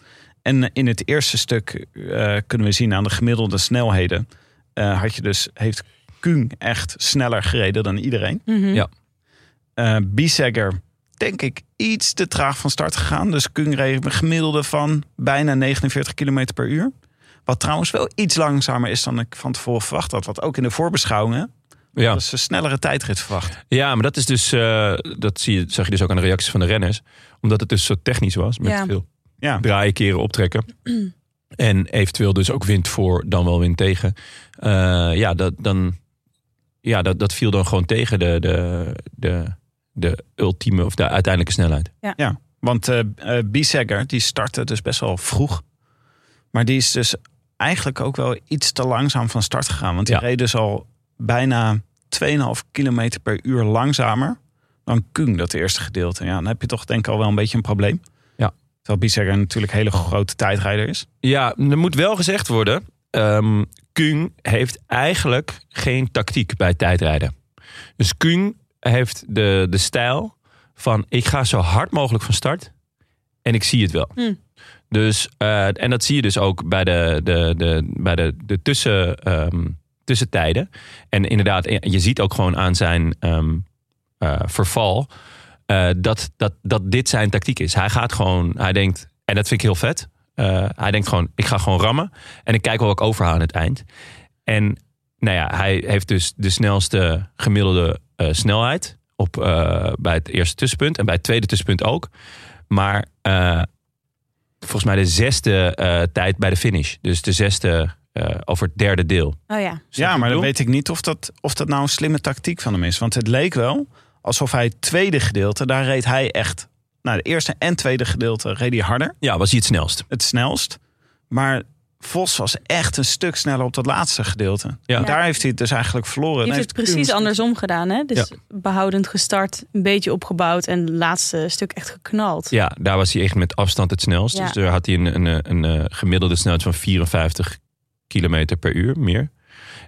En eh, in het eerste stuk eh, kunnen we zien aan de gemiddelde snelheden... eh, had je dus, heeft Kung echt sneller gereden dan iedereen. Mhm. Ja. eh Biesegger, denk ik, iets te traag van start gegaan. Dus Kung reed een gemiddelde van bijna 49 km per uur. Wat trouwens wel iets langzamer is dan ik van tevoren verwacht had. Wat ook in de voorbeschouwingen ja. was een snellere tijdrit verwacht. ja, maar dat is dus. eh, dat zie je, zag je dus ook aan de reacties van de renners. Omdat het dus zo technisch was. Met Ja. veel Ja, draaien, keren, optrekken. en eventueel dus ook wind voor, dan wel wind tegen. Eh, ja, dat, dan, ja dat, dat viel dan gewoon tegen de, de, de, de ultieme of de uiteindelijke snelheid. want eh eh, Biesegger die startte dus best wel vroeg. Maar die is dus eigenlijk ook wel iets te langzaam van start gegaan. Want die Ja. reed dus al bijna 2,5 km per uur langzamer dan Kung, dat eerste gedeelte. Ja, dan heb je toch denk ik al wel een beetje een probleem. Ja. Terwijl Biesegger natuurlijk een hele grote tijdrijder is. Ja, er moet wel gezegd worden. ehm Kung heeft eigenlijk geen tactiek bij tijdrijden. Dus Kung heeft de, de stijl van ik ga zo hard mogelijk van start en ik zie het wel. Hmm. Dus, eh, en dat zie je dus ook bij de, de, de, bij de, de tussen, ehm, tussentijden. En inderdaad, je ziet ook gewoon aan zijn ehm, eh, verval eh, dat, dat, dat dit zijn tactiek is. Hij gaat gewoon, hij denkt, en dat vind ik heel vet. eh, hij denkt gewoon, ik ga gewoon rammen. En ik kijk wel wat ik overhaal aan het eind. En nou ja, hij heeft dus de snelste gemiddelde eh, snelheid op, eh, bij het eerste tussenpunt en bij het tweede tussenpunt ook. Maar eh, volgens mij de zesde eh, tijd bij de finish. Dus de zesde eh, over het derde deel. Oh ja. Snap ja, je maar dan wat ik bedoel? weet ik niet of dat, of dat nou een slimme tactiek van hem is. Want het leek wel alsof hij het tweede gedeelte, daar reed hij echt... Nou, de eerste en tweede gedeelte reed hij harder, Ja, was hij het snelst. het snelst. Maar Vos was echt een stuk sneller op dat laatste gedeelte. Ja. En daar heeft hij het dus eigenlijk verloren. Je En hebt het heeft precies Kuhn- andersom gedaan, hè? Dus behoudend gestart, een beetje opgebouwd en het laatste stuk echt geknald. Ja, daar was hij echt met afstand het snelst. Ja. Dus daar had hij een, een, een, eh, gemiddelde snelheid van 54 kilometer per uur, meer.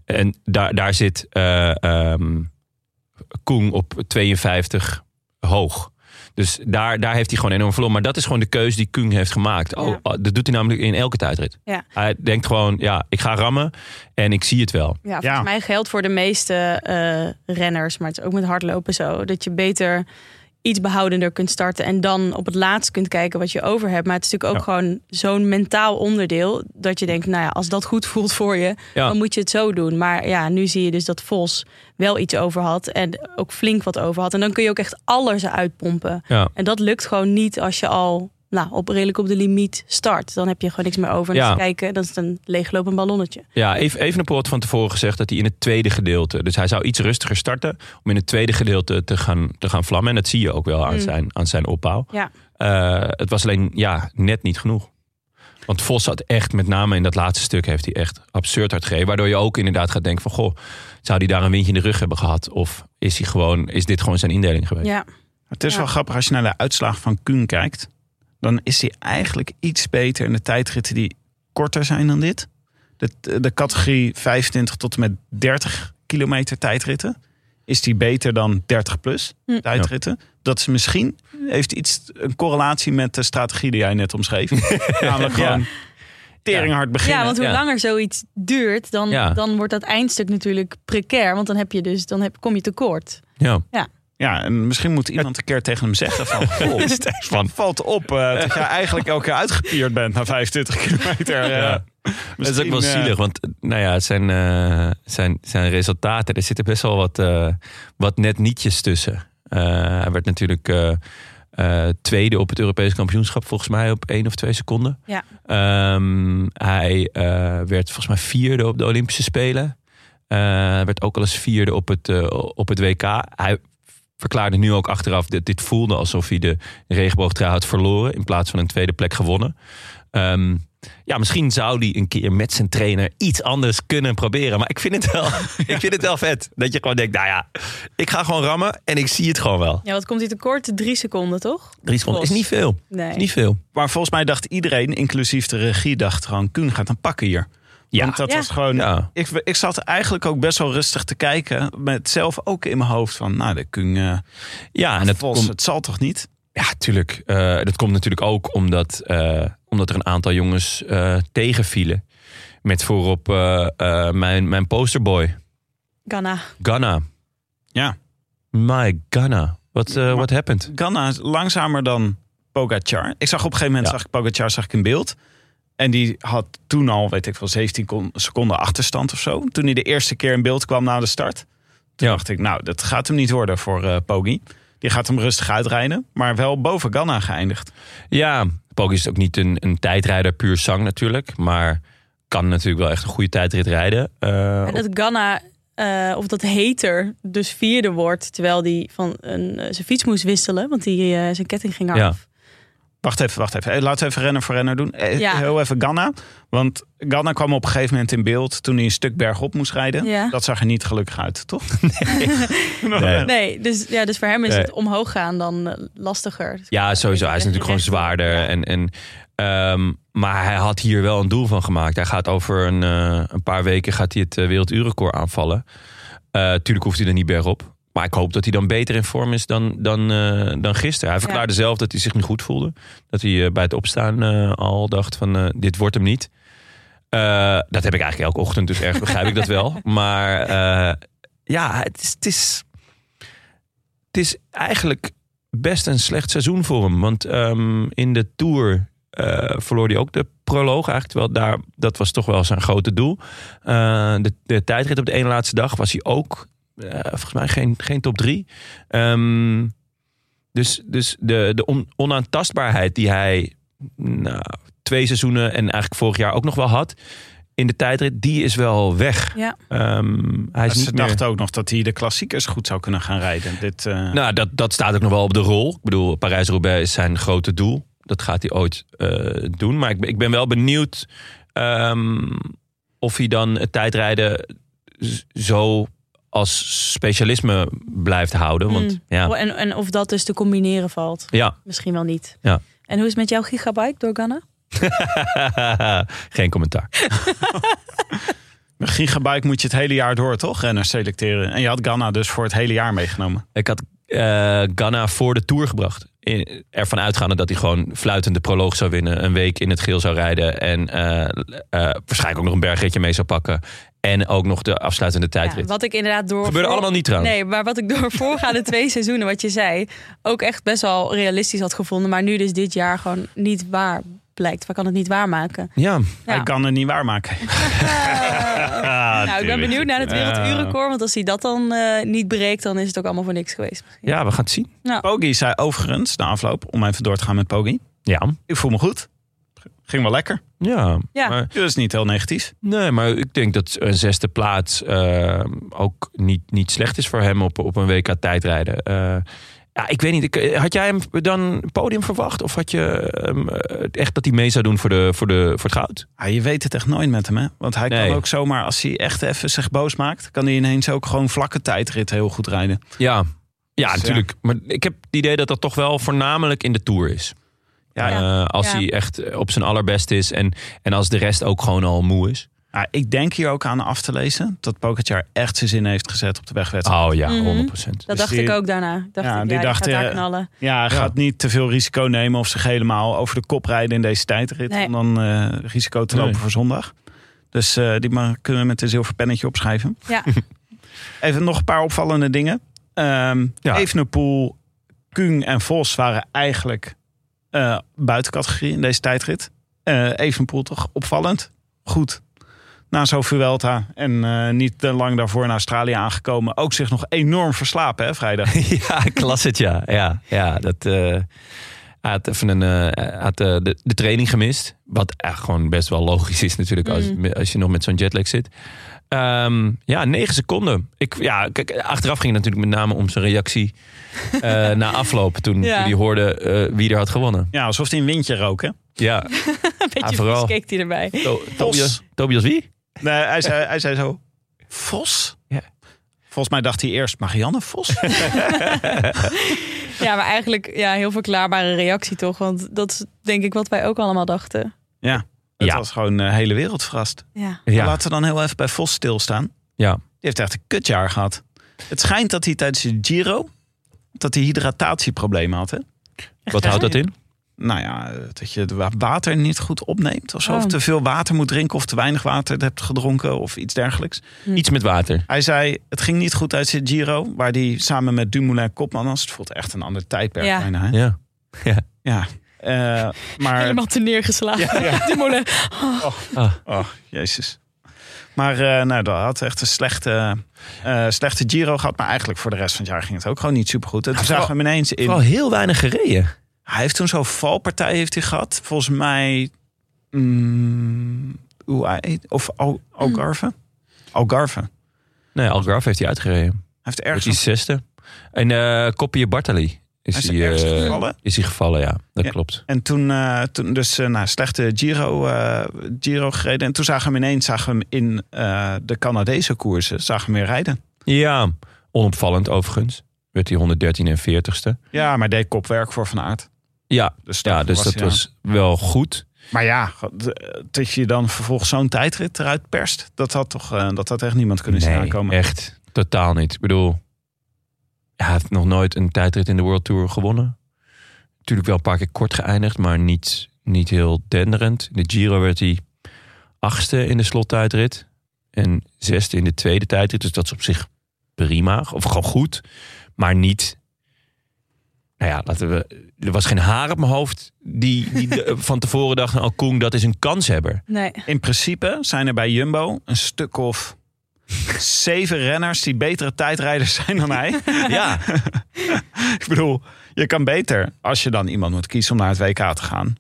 En daar, daar zit eh ehm, Koen op 52 hoog. Dus daar, daar heeft hij gewoon enorm verloren. Maar dat is gewoon de keuze die Koen heeft gemaakt. Oh, Ja. oh, dat doet hij namelijk in elke tijdrit. Ja. Hij denkt gewoon, ja, ik ga rammen en ik zie het wel. Ja, volgens mij geldt voor de meeste eh, renners, maar het is ook met hardlopen zo. Dat je beter iets behoudender kunt starten en dan op het laatst kunt kijken wat je over hebt. Maar het is natuurlijk ook gewoon zo'n mentaal onderdeel dat je denkt, nou ja, als dat goed voelt voor je, Ja. dan moet je het zo doen. Maar ja, nu zie je dus dat Vos wel iets over had en ook flink wat over had. En dan kun je ook echt alles eruit pompen. Ja. En dat lukt gewoon niet als je al nou, op, redelijk op de limiet start. Dan heb je gewoon niks meer over. En Ja. als je kijken, dan is het een leeglopend ballonnetje. Ja, even, even had van tevoren gezegd dat hij in het tweede gedeelte. Dus hij zou iets rustiger starten. om in het tweede gedeelte te gaan, te gaan vlammen. En dat zie je ook wel aan, Mm. zijn, aan zijn opbouw. Ja. Eh, het was alleen ja, net niet genoeg. Want Vos had echt, met name in dat laatste stuk, heeft hij echt absurd hard gegeven. Waardoor je ook inderdaad gaat denken: van goh, zou hij daar een windje in de rug hebben gehad? Of is, hij gewoon, is dit gewoon zijn indeling geweest? Ja. Het is Ja. wel grappig als je naar de uitslag van Kuhn kijkt. Dan is hij eigenlijk iets beter in de tijdritten die korter zijn dan dit. De, de categorie 25 tot en met 30 kilometer tijdritten. Is die beter dan 30 plus Hm. tijdritten? Dat is misschien heeft iets een correlatie met de strategie die jij net omschreef. Namelijk Ja. gewoon teringhard beginnen. Ja, want hoe Ja. langer zoiets duurt, dan, Ja. dan wordt dat eindstuk natuurlijk precair. Want dan heb je dus, dan heb, kom je tekort. Ja. Ja, en misschien moet iemand een keer tegen hem zeggen van... Goh, Stefan. valt op eh, dat jij eigenlijk elke keer uitgepierd bent na 25 kilometer. eh. Ja. Dat is ook wel Misschien, eh, zielig, want nou ja, zijn, eh, zijn, zijn resultaten, er zitten best wel wat, eh, wat net nietjes tussen. Eh, hij werd natuurlijk eh, eh, tweede op het Europese kampioenschap, volgens mij op één of twee seconden. Ja. Ehm, hij eh, werd volgens mij vierde op de Olympische Spelen. Eh, Hij werd ook al eens vierde op het, eh, op het WK. Hij verklaarde nu ook achteraf dat dit voelde alsof hij de regenboogtrui had verloren in plaats van een tweede plek gewonnen. Ehm, ja, misschien zou die een keer met zijn trainer iets anders kunnen proberen. Maar ik vind het wel, ik vind het wel vet. Dat je gewoon denkt, nou ja, ik ga gewoon rammen en ik zie het gewoon wel. Ja, wat komt hij tekort? Drie seconden, toch? Drie seconden is Klopt. niet veel. Nee. Is niet veel. Maar volgens mij dacht iedereen, inclusief de regie, dacht gewoon... Kuhn gaat hem pakken hier. Ja. Want dat Ja. was gewoon... eh, Ja. Ik, ik zat eigenlijk ook best wel rustig te kijken. Met zelf ook in mijn hoofd van... Nou, de Kuhn, eh, Ja, en dat Vos, komt, het zal toch niet? ja, tuurlijk. Eh, dat komt natuurlijk ook omdat, eh, omdat er een aantal jongens eh, tegenvielen. Met voorop eh, eh, mijn, mijn posterboy, Ghana. Ghana. Ja. My Ghana. Wat eh, what happened? Ganna is langzamer dan Pogacar. Ik zag op een gegeven moment, Ja. zag ik Pogacar zag ik in beeld. En die had toen al, weet ik wel, 17 kon- seconden achterstand of zo. Toen hij de eerste keer in beeld kwam na de start. Toen Ja. dacht ik, nou, dat gaat hem niet worden voor eh Poggi. Die gaat hem rustig uitrijden, maar wel boven Ganna geëindigd. Ja, Poggi is ook niet een, een tijdrijder puur zang natuurlijk. Maar kan natuurlijk wel echt een goede tijdrit rijden. Eh, En dat Ghana, eh, of dat heter, dus vierde wordt. Terwijl hij van een, eh, zijn fiets moest wisselen, want die, eh, zijn ketting ging Ja. af. Wacht even, wacht even. Eh, Laten we even renner voor renner doen. Eh, Ja. Heel even Ganna. Want Ganna kwam op een gegeven moment in beeld toen hij een stuk bergop moest rijden. Ja. Dat zag er niet gelukkig uit, toch? Nee. Nee, dus, ja, dus voor hem is Nee. het omhoog gaan dan eh, lastiger. Ja, sowieso. Hij is natuurlijk gewoon zwaarder. En, en, ehm, maar hij had hier wel een doel van gemaakt. Hij gaat over een, eh, een paar weken gaat hij het eh, werelduurrecord aanvallen. Eh, tuurlijk hoeft hij er niet bergop. Maar ik hoop dat hij dan beter in vorm is dan, dan, eh, dan gisteren. Hij verklaarde zelf dat hij zich niet goed voelde. Dat hij eh, bij het opstaan eh, al dacht van eh, dit wordt hem niet. Eh, dat heb ik eigenlijk elke ochtend, dus erg begrijp ik dat wel. Maar eh, ja, het is, het, is, het is eigenlijk best een slecht seizoen voor hem. Want ehm, in de Tour eh, verloor hij ook de proloog eigenlijk. Terwijl daar, dat was toch wel zijn grote doel. Eh, de, de tijdrit op de ene laatste dag was hij ook, eh, volgens mij, geen, geen top drie. Ehm, dus dus de, de on- onaantastbaarheid die hij nou, twee seizoenen en eigenlijk vorig jaar ook nog wel had in de tijdrit, die is wel weg. Ja. Ehm, hij is ze niet meer... dachten ook nog dat hij de klassiekers goed zou kunnen gaan rijden. Dit, eh, Nou, dat, dat staat ook nog wel op de rol. Ik bedoel, Parijs-Roubaix is zijn grote doel. Dat gaat hij ooit eh, doen. Maar ik, ben- ik ben wel benieuwd ehm, of hij dan het tijdrijden z- zo als specialisme blijft houden. Want Mm. ja, Oh, En, en of dat dus te combineren valt. ja. Misschien wel niet. Ja. En hoe is het met jouw gigabyte door Ghana? geen commentaar. Met gigabyte moet je het hele jaar door, toch? Renners selecteren. En je had Ghana dus voor het hele jaar meegenomen. Ik had eh Ghana voor de Tour gebracht. In, ervan uitgaande dat hij gewoon fluitende proloog zou winnen. Een week in het geel zou rijden. En eh, eh, waarschijnlijk ook nog een bergritje mee zou pakken. En ook nog de afsluitende Ja, tijdrit. wat ik inderdaad door. Gebeurde allemaal niet trouwens. Nee, maar wat ik door voorgaande twee seizoenen, wat je zei, ook echt best wel realistisch had gevonden. Maar nu dus dit jaar gewoon niet waar blijkt. We kan het niet waarmaken. Ja, Ja. Hij kan het niet waarmaken. Ah, nou, ik ben benieuwd naar het werelduurrecord. Want als hij dat dan eh, niet breekt, dan is het ook allemaal voor niks geweest. ja, we gaan het zien. Pogi zei overigens, na afloop, om even door te gaan met Pogi. Ja. Ik voel me goed. Ging wel lekker. Ja. Ja. Maar, Dus niet heel negatief. nee, maar ik denk dat een zesde plaats eh, ook niet, niet slecht is voor hem op, op een WK tijdrijden. Eh, ja, ik weet niet. ik- eh, had jij hem dan podium verwacht? Of had je hem, eh, echt dat hij mee zou doen voor, de, voor, de, voor het goud? Ah, je weet het echt nooit met hem, hè? Want hij Nee. kan ook zomaar, als hij echt even zich boos maakt... kan hij ineens ook gewoon vlakke tijdrit heel goed rijden. Ja, ja Dus, natuurlijk. Maar ik heb het idee dat dat toch wel voornamelijk in de Tour is. Ja, Ja, eh, als Ja. hij echt op zijn allerbest is en, en als de rest ook gewoon al moe is. Ah, ik denk hier ook aan af te lezen... dat Pogacar echt zijn zin heeft gezet op de wegwedstrijd. Oh ja, Mhm. 100%. Dat Dus dacht die- ik ook daarna. Dacht Ja, ik, die ja, die dacht, gaat daar eh, knallen. Ja, hij Ja. gaat niet te veel risico nemen of zich helemaal over de kop rijden in deze tijdrit. Nee. Om dan eh, risico te Nee. lopen voor zondag. Dus eh, die ma- kunnen we met een zilver pennetje opschrijven. Ja. Even nog een paar opvallende dingen. Ehm Ja. Evenepoel, Kung en Vos waren eigenlijk eh buitencategorie in deze tijdrit. Eh Evenepoel toch opvallend. Goed. Na zo'n Vuelta en eh, niet te lang daarvoor naar Australië aangekomen. Ook zich nog enorm verslapen hè, vrijdag. ja, ik las het, ja. Ja, ja dat, eh, hij had even een, eh, hij had, eh, de, de training gemist. Wat echt gewoon best wel logisch is natuurlijk als, Mm. als je nog met zo'n jetlag zit. Ehm, ja, negen seconden. Ik, ja, kijk, achteraf ging het natuurlijk met name om zijn reactie eh, na afloop. Toen, Ja. toen hij hoorde eh, wie er had gewonnen. Ja, alsof hij een windje rook, hè? Ja, Een beetje Ah, vies vooral. keek hij erbij. To- Tobias, Tobias wie? Nee, hij zei, hij zei zo, Vos? Ja. Volgens mij dacht hij eerst Marianne Vos. Ja, maar eigenlijk ja, heel verklaarbare reactie toch. Want dat is denk ik wat wij ook allemaal dachten. ja, het Ja. was gewoon de hele wereld verrast. Ja. Maar Laten we dan heel even bij Vos stilstaan. Ja. Die heeft echt een kutjaar gehad. Het schijnt dat hij tijdens de Giro, dat hij hydratatieproblemen had. Hè? Wat houdt dat in? Nou ja, dat je het wa- water niet goed opneemt of zo. Oh. Of te veel water moet drinken of te weinig water hebt gedronken of iets dergelijks. Iets met water. Hij zei, het ging niet goed uit zijn Giro, waar hij samen met Dumoulin kopman was. Het voelt echt een ander tijdperk Ja. bijna. Hè? Ja. Ja. eh, maar. Helemaal te neergeslagen. Ja, ja. Die molen. Oh, jezus. Maar eh, nou, dat had echt een slechte, eh, slechte Giro gehad. Maar eigenlijk voor de rest van het jaar ging het ook gewoon niet supergoed. En toen zagen we hem ineens in. Vooral heel weinig gereden. Hij heeft toen zo'n valpartij heeft hij gehad. Volgens mij. Mm, UAE of Al- Algarve. Hmm. Algarve. Hij Nee, Algarve heeft hij uitgereden. heeft Wordt ergens. hij zesde. En eh Kopje Bartali is hij is hij, ergens eh, gevallen. is hij gevallen, ja. Dat Ja. klopt. En toen, eh, toen dus eh, nou, slechte Giro, eh, Giro gereden. En toen zagen we hem ineens zagen we hem in eh, de Canadese koersen. Zagen we hem weer rijden. Ja, onopvallend overigens. Werd hij 113 en 40ste. Ja, maar deed kopwerk voor Van Aert. Ja, Dus ja dus was dat hij aan. was wel goed. Maar ja, de- dat je dan vervolgens zo'n tijdrit eruit perst, dat had toch eh, dat had echt niemand kunnen zien aankomen. echt totaal niet. Ik bedoel, hij heeft nog nooit een tijdrit in de World Tour gewonnen. Natuurlijk wel een paar keer kort geëindigd, maar niet, niet heel denderend. In de Giro werd hij achtste in de slottijdrit. En zesde in de tweede tijdrit. Dus dat is op zich prima. Of gewoon goed. Maar niet Nou ja, laten we, er was geen haar op mijn hoofd die, die de- van tevoren dacht... Nou, Koen, dat is een kanshebber. Nee. In principe zijn er bij Jumbo een stuk of zeven renners die betere tijdrijders zijn dan hij. Ja, Ik bedoel, je kan beter als je dan iemand moet kiezen om naar het WK te gaan.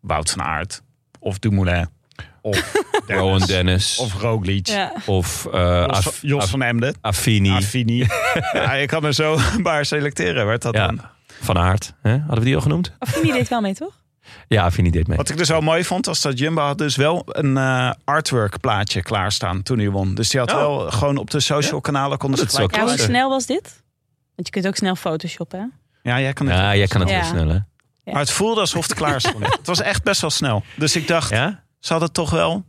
Wout van Aert of Dumoulin of Dennis, Rowan Dennis of Roglic Ja. of eh, Jos, Af- Jos Af- van Emden. Affini Affini. ja, je kan er zo een paar selecteren. Werd dat Ja. dan. van Aert. Hè? Hadden we die al genoemd? Affini deed wel mee, toch? Ja, Affini deed mee. Wat ik dus wel mooi vond, was dat Jumbo had dus wel een eh, artwork plaatje klaarstaan toen hij won. Dus die had Oh. wel gewoon op de social kanalen konden ze Dat is wel gelijk Ja, hoe Klasse. snel was dit? Want je kunt ook snel photoshoppen. hè? Ja, jij kan het. Ja, jij kan het Ja. wel sneller. Ja. Maar het voelde alsof het klaar stond. het was echt best wel snel. Dus ik dacht, Ja? ze hadden toch wel...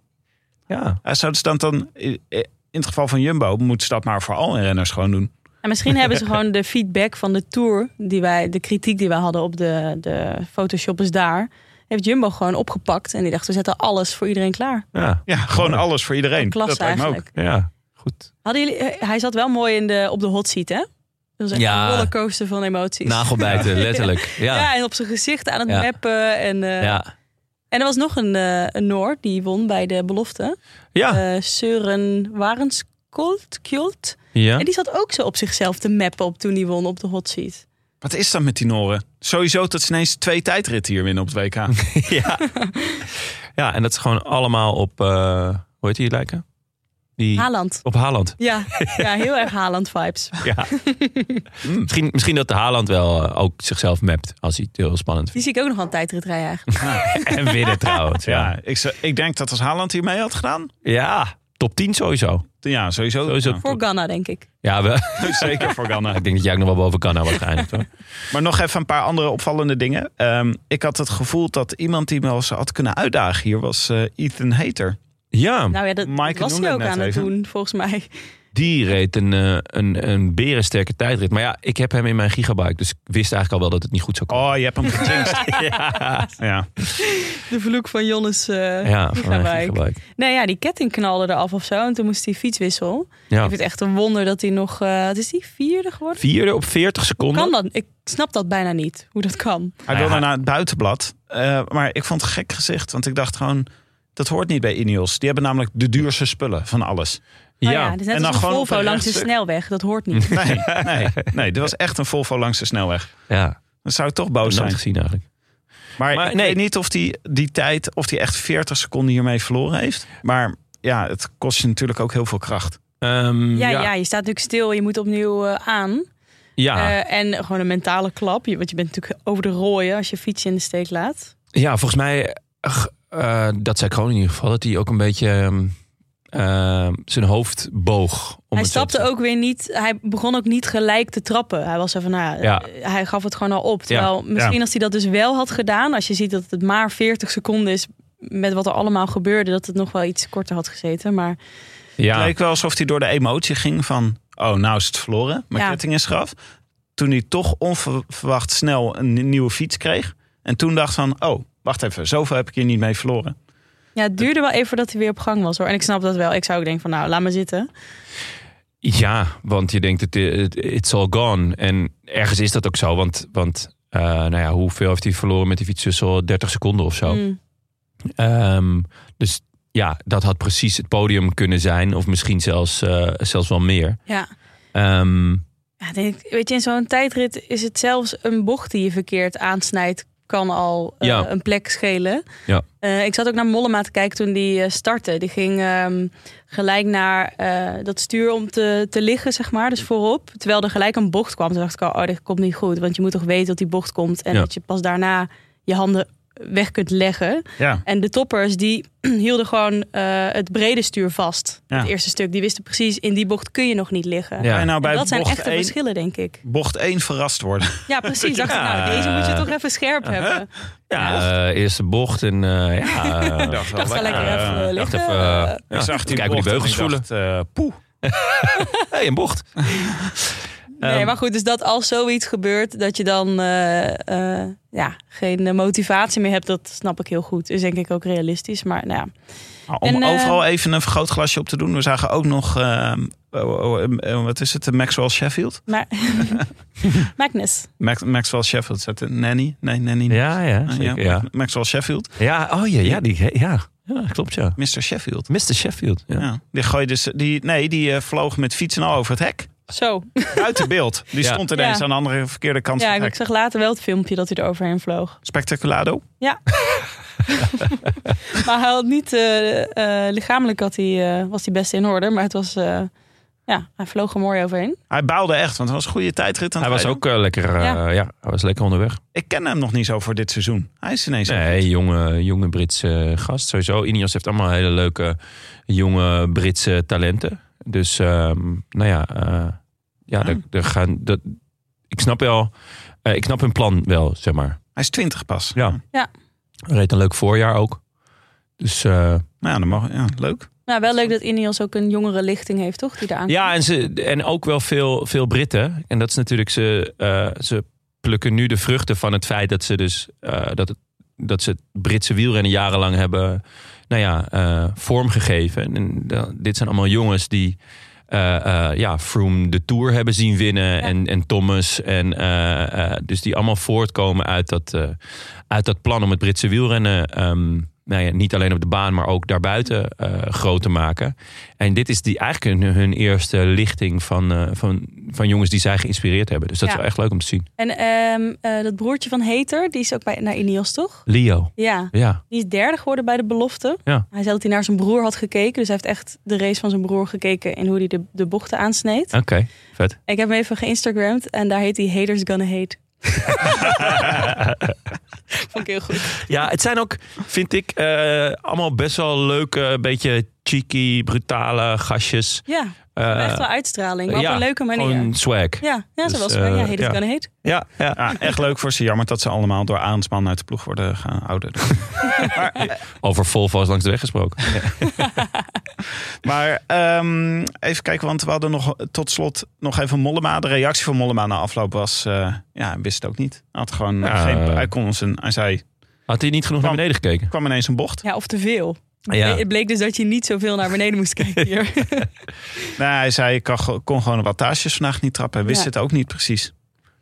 Ja. eh, Zouden ze dan dan... eh, eh, In het geval van Jumbo moeten ze dat maar voor al hun renners gewoon doen. En misschien hebben ze gewoon de feedback van de tour, die wij, de kritiek die wij hadden op de, de photoshoppers daar, heeft Jumbo gewoon opgepakt. En die dacht, we zetten alles voor iedereen klaar. Ja. Ja, gewoon Ja. alles voor iedereen. Klasse dat lijkt me ook. eigenlijk. Ja. Goed. Hadden jullie, eh, hij zat wel mooi in de, op de hot seat, hè? Dat was echt Ja. een rollercoaster van emoties. Nagelbijten, letterlijk. ja. Ja. en op zijn gezicht aan het Ja. meppen. En, eh, Ja. en er was nog een, eh een Noor die won bij de belofte. Ja. Eh Søren Warenskolt. Kjolt. Ja. En die zat ook zo op zichzelf te mappen op toen hij won op de hot seat. Wat is dat met die Noren? Sowieso dat ze ineens twee tijdritten hier winnen op het WK. Ja. Ja, en dat is gewoon allemaal op... eh, hoe heet die lijken? Die... Haaland. Op Haaland. Ja, ja heel erg Haaland vibes. Ja. misschien, misschien dat Haaland wel eh, ook zichzelf mapt als hij het heel spannend Die vindt. zie ik ook nog aan tijdrit rijden eigenlijk. En winnen trouwens. Ja. Ja, ik, zou- ik denk dat als Haaland hier mee had gedaan... ja, top 10 sowieso. Ja, sowieso. Sowieso. Ja. Voor Ghana, denk ik. Ja, we, Zeker voor Ghana. ik denk dat jij ook nog wel boven nou, Canada wordt geëindigd hoor. Maar nog even een paar andere opvallende dingen. Ehm, ik had het gevoel dat iemand die me als had kunnen uitdagen hier was eh, Ethan Hater. Ja, Nou ja, dat, dat Maaike was noemde hij het ook net aan het even. doen, volgens mij. die reed een, eh, een, een berensterke tijdrit. Maar ja, ik heb hem in mijn gigabyte, dus ik wist eigenlijk al wel dat het niet goed zou komen. Oh, je hebt hem gejinxed. ja, ja. De vloek van Jonnes. eh, ja, van mijn Gigabyte. gigabyte. Nee, ja, die ketting knalde eraf of zo. En toen moest hij fietswissel. Ja. Ik vind het echt een wonder dat hij nog... eh, wat is die? Vierde geworden? Vierde op 40 seconden. Kan dat? Ik snap dat bijna niet, hoe dat kan. Hij wilde naar het buitenblad. Eh, maar ik vond het gek gezicht, want ik dacht gewoon... Dat hoort niet bij Ineos. Die hebben namelijk de duurste spullen van alles. Ja, Ja. Oh ja dus- het is net En dan als een gewoon op Volvo een langs de rechtstuk. snelweg. Dat hoort niet. Nee, nee, nee. Er was echt een Volvo langs de snelweg. ja. Dan zou ik toch boos Nooit Oh, zijn. gezien eigenlijk. Maar, Maar ik nee. weet niet of die, die tijd, of die echt 40 seconden hiermee verloren heeft. Maar ja, het kost je natuurlijk ook heel veel kracht. Ehm, Ja, ja. ja. je staat natuurlijk stil. Je moet opnieuw eh, aan. Ja. Eh, en gewoon een mentale klap. Je- Want je bent natuurlijk over de rooien als je fiets in de steek laat. Ja, volgens mij, ach, eh, dat zei Kroon in ieder geval, dat hij ook een beetje ehm, ehm, zijn hoofd boog. Om hij het zo te stapte zeggen. ook weer niet. Hij begon ook niet gelijk te trappen. Hij was zo van, nou, ja, Ja. eh, hij gaf het gewoon al op. Terwijl misschien als hij dat dus wel had gedaan, als je ziet dat het maar 40 seconden is met wat er allemaal gebeurde, dat het nog wel iets korter had gezeten. Maar Het Ja, leek wel alsof hij door de emotie ging van... oh, nou is het verloren, mijn Ja. ketting is graf. Toen hij toch onverwacht snel een ni- nieuwe fiets kreeg. En toen dacht van, oh, wacht even, zoveel heb ik hier niet mee verloren. ja, het duurde wel even voordat hij weer op gang was hoor. En ik snap dat wel. Ik zou ook denken van, nou, laat maar zitten. ja, want je denkt, het, het- it's all gone. En ergens is dat ook zo, want, want eh, nou ja, hoeveel heeft hij verloren met die fiets? Dus al 30 seconden of zo. Mm. Ehm, dus ja, dat had precies het podium kunnen zijn. Of misschien zelfs, eh, zelfs wel meer. Ja. Eh, Ehm, Ja, ik denk, weet je, in zo'n tijdrit is het zelfs een bocht die je verkeerd aansnijdt, kan al eh, Ja. een plek schelen. Ja. Eh, ik zat ook naar Mollema te kijken toen die eh, startte. Die ging ehm, gelijk naar eh, dat stuur om te, te liggen, zeg maar, dus voorop. Terwijl er gelijk een bocht kwam. Toen dacht ik al, oh, dit komt niet goed. Want je moet toch weten dat die bocht komt en Ja. dat je pas daarna je handen weg kunt leggen. Ja. En de toppers die hielden gewoon eh, het brede stuur vast. Ja. Het eerste stuk. Die wisten precies, in die bocht kun je nog niet liggen. ja. En nou bij dat zijn bocht, echte één, verschillen, denk ik. bocht één verrast worden. Ja, precies. Dacht ik, nou, deze moet je toch even scherp hebben. ja, eh, eerste bocht en eh, ja. eh, dacht wel, Dacht wel lekker eh, even eh, dacht liggen. even, eh, Eh, ja, ik zag even die kijken hoe die beugels voelen. voelen. poeh. hey, een bocht. nee, ehm, maar goed, dus dat als zoiets gebeurt, dat je dan eh, eh, ja, geen eh, motivatie meer hebt, dat snap ik heel goed. Is denk ik ook realistisch. Maar nou ja, Maar om En, eh, overal even een vergrootglasje op te doen. We zagen ook nog, eh, oh, oh, eh, eh, wat is het, eh, Maxwell Sheffield? Maar Magnus. Max, Maxwell Sheffield, is dat een nanny? Nee, nanny. niet. Ja, ja, Ah, ja, zeker. Ja, Max- Maxwell Sheffield, ja oh ja, ja, die, ja. ja, klopt ja. Mr. Sheffield. Mr. Sheffield. Ja. Ja, die gooide dus, die, nee, die eh, vloog met fiets en al over het hek. Zo. Buiten beeld. Die Ja. stond ineens Ja. aan de andere verkeerde kant Ja, van het ik hek. zag later wel het filmpje dat hij er overheen vloog. Spectaculado. Ja. maar hij had niet, eh, eh, lichamelijk had hij, eh, was hij best in orde. Maar het was, eh, ja, hij vloog er mooi overheen. Hij baalde echt, want het was een goede tijdrit. Aan Hij het was rijden. ook eh, lekker, eh, Ja. ja. hij was lekker onderweg. Ik ken hem nog niet zo voor dit seizoen. Hij is ineens... Nee, jonge, jonge Britse gast sowieso. Ineos heeft allemaal hele leuke jonge Britse talenten. Dus ehm, nou ja, eh, ja, daar- daar gaan, dat, ik snap wel, eh, ik snap hun plan wel, zeg maar. Hij is twintig pas. Ja. Ja. Hij Reed een leuk voorjaar ook. Dus eh, Nou, dan mag, ja, leuk. Nou, wel leuk dat Ineos ook een jongere lichting heeft, toch? Die daar aan Ja, en, ze, en ook wel veel, veel Britten. En dat is natuurlijk, ze, eh, ze plukken nu de vruchten van het feit dat ze dus eh, dat, het, dat ze het Britse wielrennen jarenlang hebben nou ja, eh, vormgegeven. En dan- dit zijn allemaal jongens die eh, eh, ja, Froome de Tour hebben zien winnen. En, en Thomas. En, eh, eh, dus die allemaal voortkomen uit dat, eh, uit dat plan om het Britse wielrennen... ehm, nou ja, niet alleen op de baan, maar ook daarbuiten eh, groot te maken. En dit is die, eigenlijk hun, hun eerste lichting van, eh, van, van jongens die zij geïnspireerd hebben. Dus dat Ja. is wel echt leuk om te zien. En ehm, eh, dat broertje van Heter, die is ook bij, naar Ineos, toch? Leo. Ja, Ja, die is derde geworden bij de belofte. Ja. Hij zei dat hij naar zijn broer had gekeken. Dus hij heeft echt de race van zijn broer gekeken en hoe hij de, de bochten aansneed. oké. Vet. Ik heb hem even geïnstagramd en daar heet hij Haters Gonna Hate. Vond ik heel goed. Ja, het zijn ook, vind ik, eh, allemaal best wel leuke, beetje cheeky, brutale gastjes. Ja, Eh, echt wel uitstraling, maar ja, op een leuke manier. Gewoon swag. Ja, ja, ze Dus, was wel. Ja, eh, Haters ja. Gonna Hate. Ja, ja. Ja, Ah, echt leuk voor ze. Jammer dat ze allemaal door Aansman uit de ploeg worden gehouden. Over Volvo's langs de weg gesproken. Maar ehm, even kijken, want we hadden nog tot slot nog even Mollema. De reactie van Mollema na afloop was, eh, ja, hij wist het ook niet. Hij Had gewoon Ja. geen, hij kon ons een, hij zei, Had hij niet genoeg naar beneden gekeken? kwam ineens een bocht. Ja, of te veel. Ja. Het bleek dus dat je niet zoveel naar beneden moest kijken hier. Nou, hij zei, ik kan, ge- kon gewoon de wattages vandaag niet trappen. Hij wist Ja. het ook niet precies.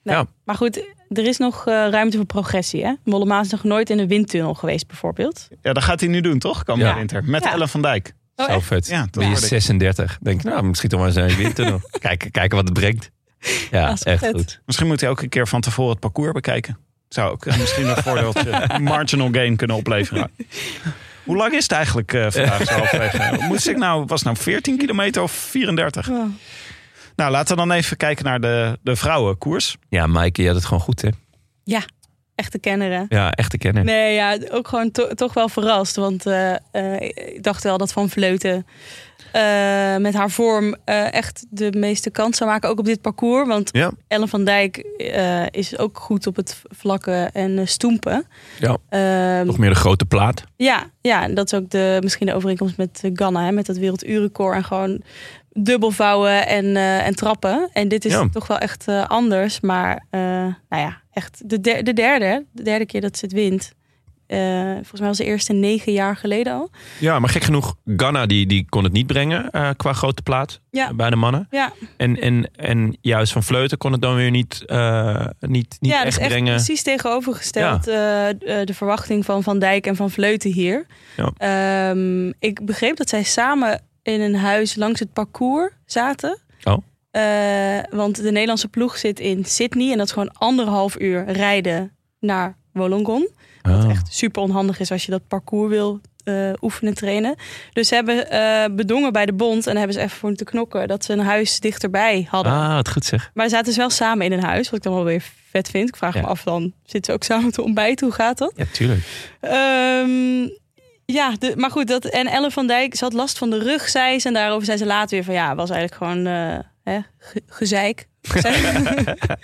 Nee. Ja. Maar goed, er is nog eh, ruimte voor progressie. Hè? Mollema is nog nooit in een windtunnel geweest, bijvoorbeeld. Ja, dat gaat hij nu doen, toch? Komende Ja. winter. Met Ja. Ellen van Dijk. Oh, Zo echt? vet. Ja, dat ben je hoorde ik. 36. Denk, nou, misschien toch maar eens een winter. kijken, kijken wat het brengt. Ja, Dat Ah, is echt vet. goed. Misschien moet hij ook een keer van tevoren het parcours bekijken. Zou ook eh, misschien een voordeeltje marginal gain kunnen opleveren. Hoe lang is het eigenlijk eh, vandaag zo halverwege? Moest ik nou, was het nou 14 kilometer of 34? Ja. Nou, laten we dan even kijken naar de, de vrouwenkoers. Ja, Maaike, je had het gewoon goed, hè? Ja, echte kenneren. Ja, echt te kennen. Nee, ja, ook gewoon to- toch wel verrast. Want eh, eh, ik dacht wel dat Van Vleuten eh, met haar vorm eh, echt de meeste kans zou maken. Ook op dit parcours. Want Ja. Ellen van Dijk eh, is ook goed op het vlakken en eh, stoempen. Ja. Ehm, Nog meer de grote plaat. Ja, ja, en dat is ook de, misschien de overeenkomst met eh, Ghana, hè, met dat werelduurrecord en gewoon dubbel vouwen en, eh, en trappen. En dit is Ja. toch wel echt eh, anders, maar eh, nou ja, echt de, der- de derde, hè, de derde keer dat ze het wint. Eh, volgens mij was de eerste negen jaar geleden al. Ja, maar gek genoeg, Ghana die, die kon het niet brengen eh, qua grote plaat Ja. bij de mannen. Ja, En, en, en juist Van Vleuten kon het dan weer niet, eh, niet, niet ja echt dus echt brengen. precies tegenovergesteld eh, d- eh, de verwachting van Van Dijk en Van Vleuten hier. Ja. Ehm, ik begreep dat zij samen in een huis langs het parcours zaten. Oh. Eh, want de Nederlandse ploeg zit in Sydney en dat is gewoon anderhalf uur rijden naar Wollongong. Wat Ah. echt super onhandig is als je dat parcours wil eh, oefenen, trainen. Dus ze hebben eh, bedongen bij de bond en daar hebben ze even voor moeten knokken dat ze een huis dichterbij hadden. Ah, wat goed zeg. Maar ze zaten dus wel samen in een huis, wat ik dan wel weer vet vind. Ik vraag Ja. me af dan, zitten ze ook samen te ontbijten? Hoe gaat dat? Ja, tuurlijk. Ehm, ja, de- maar goed, dat, en Ellen van Dijk, ze had last van de rug, zei ze. En daarover zei ze later weer van, ja, was eigenlijk gewoon eh, hè, ge- gezeik.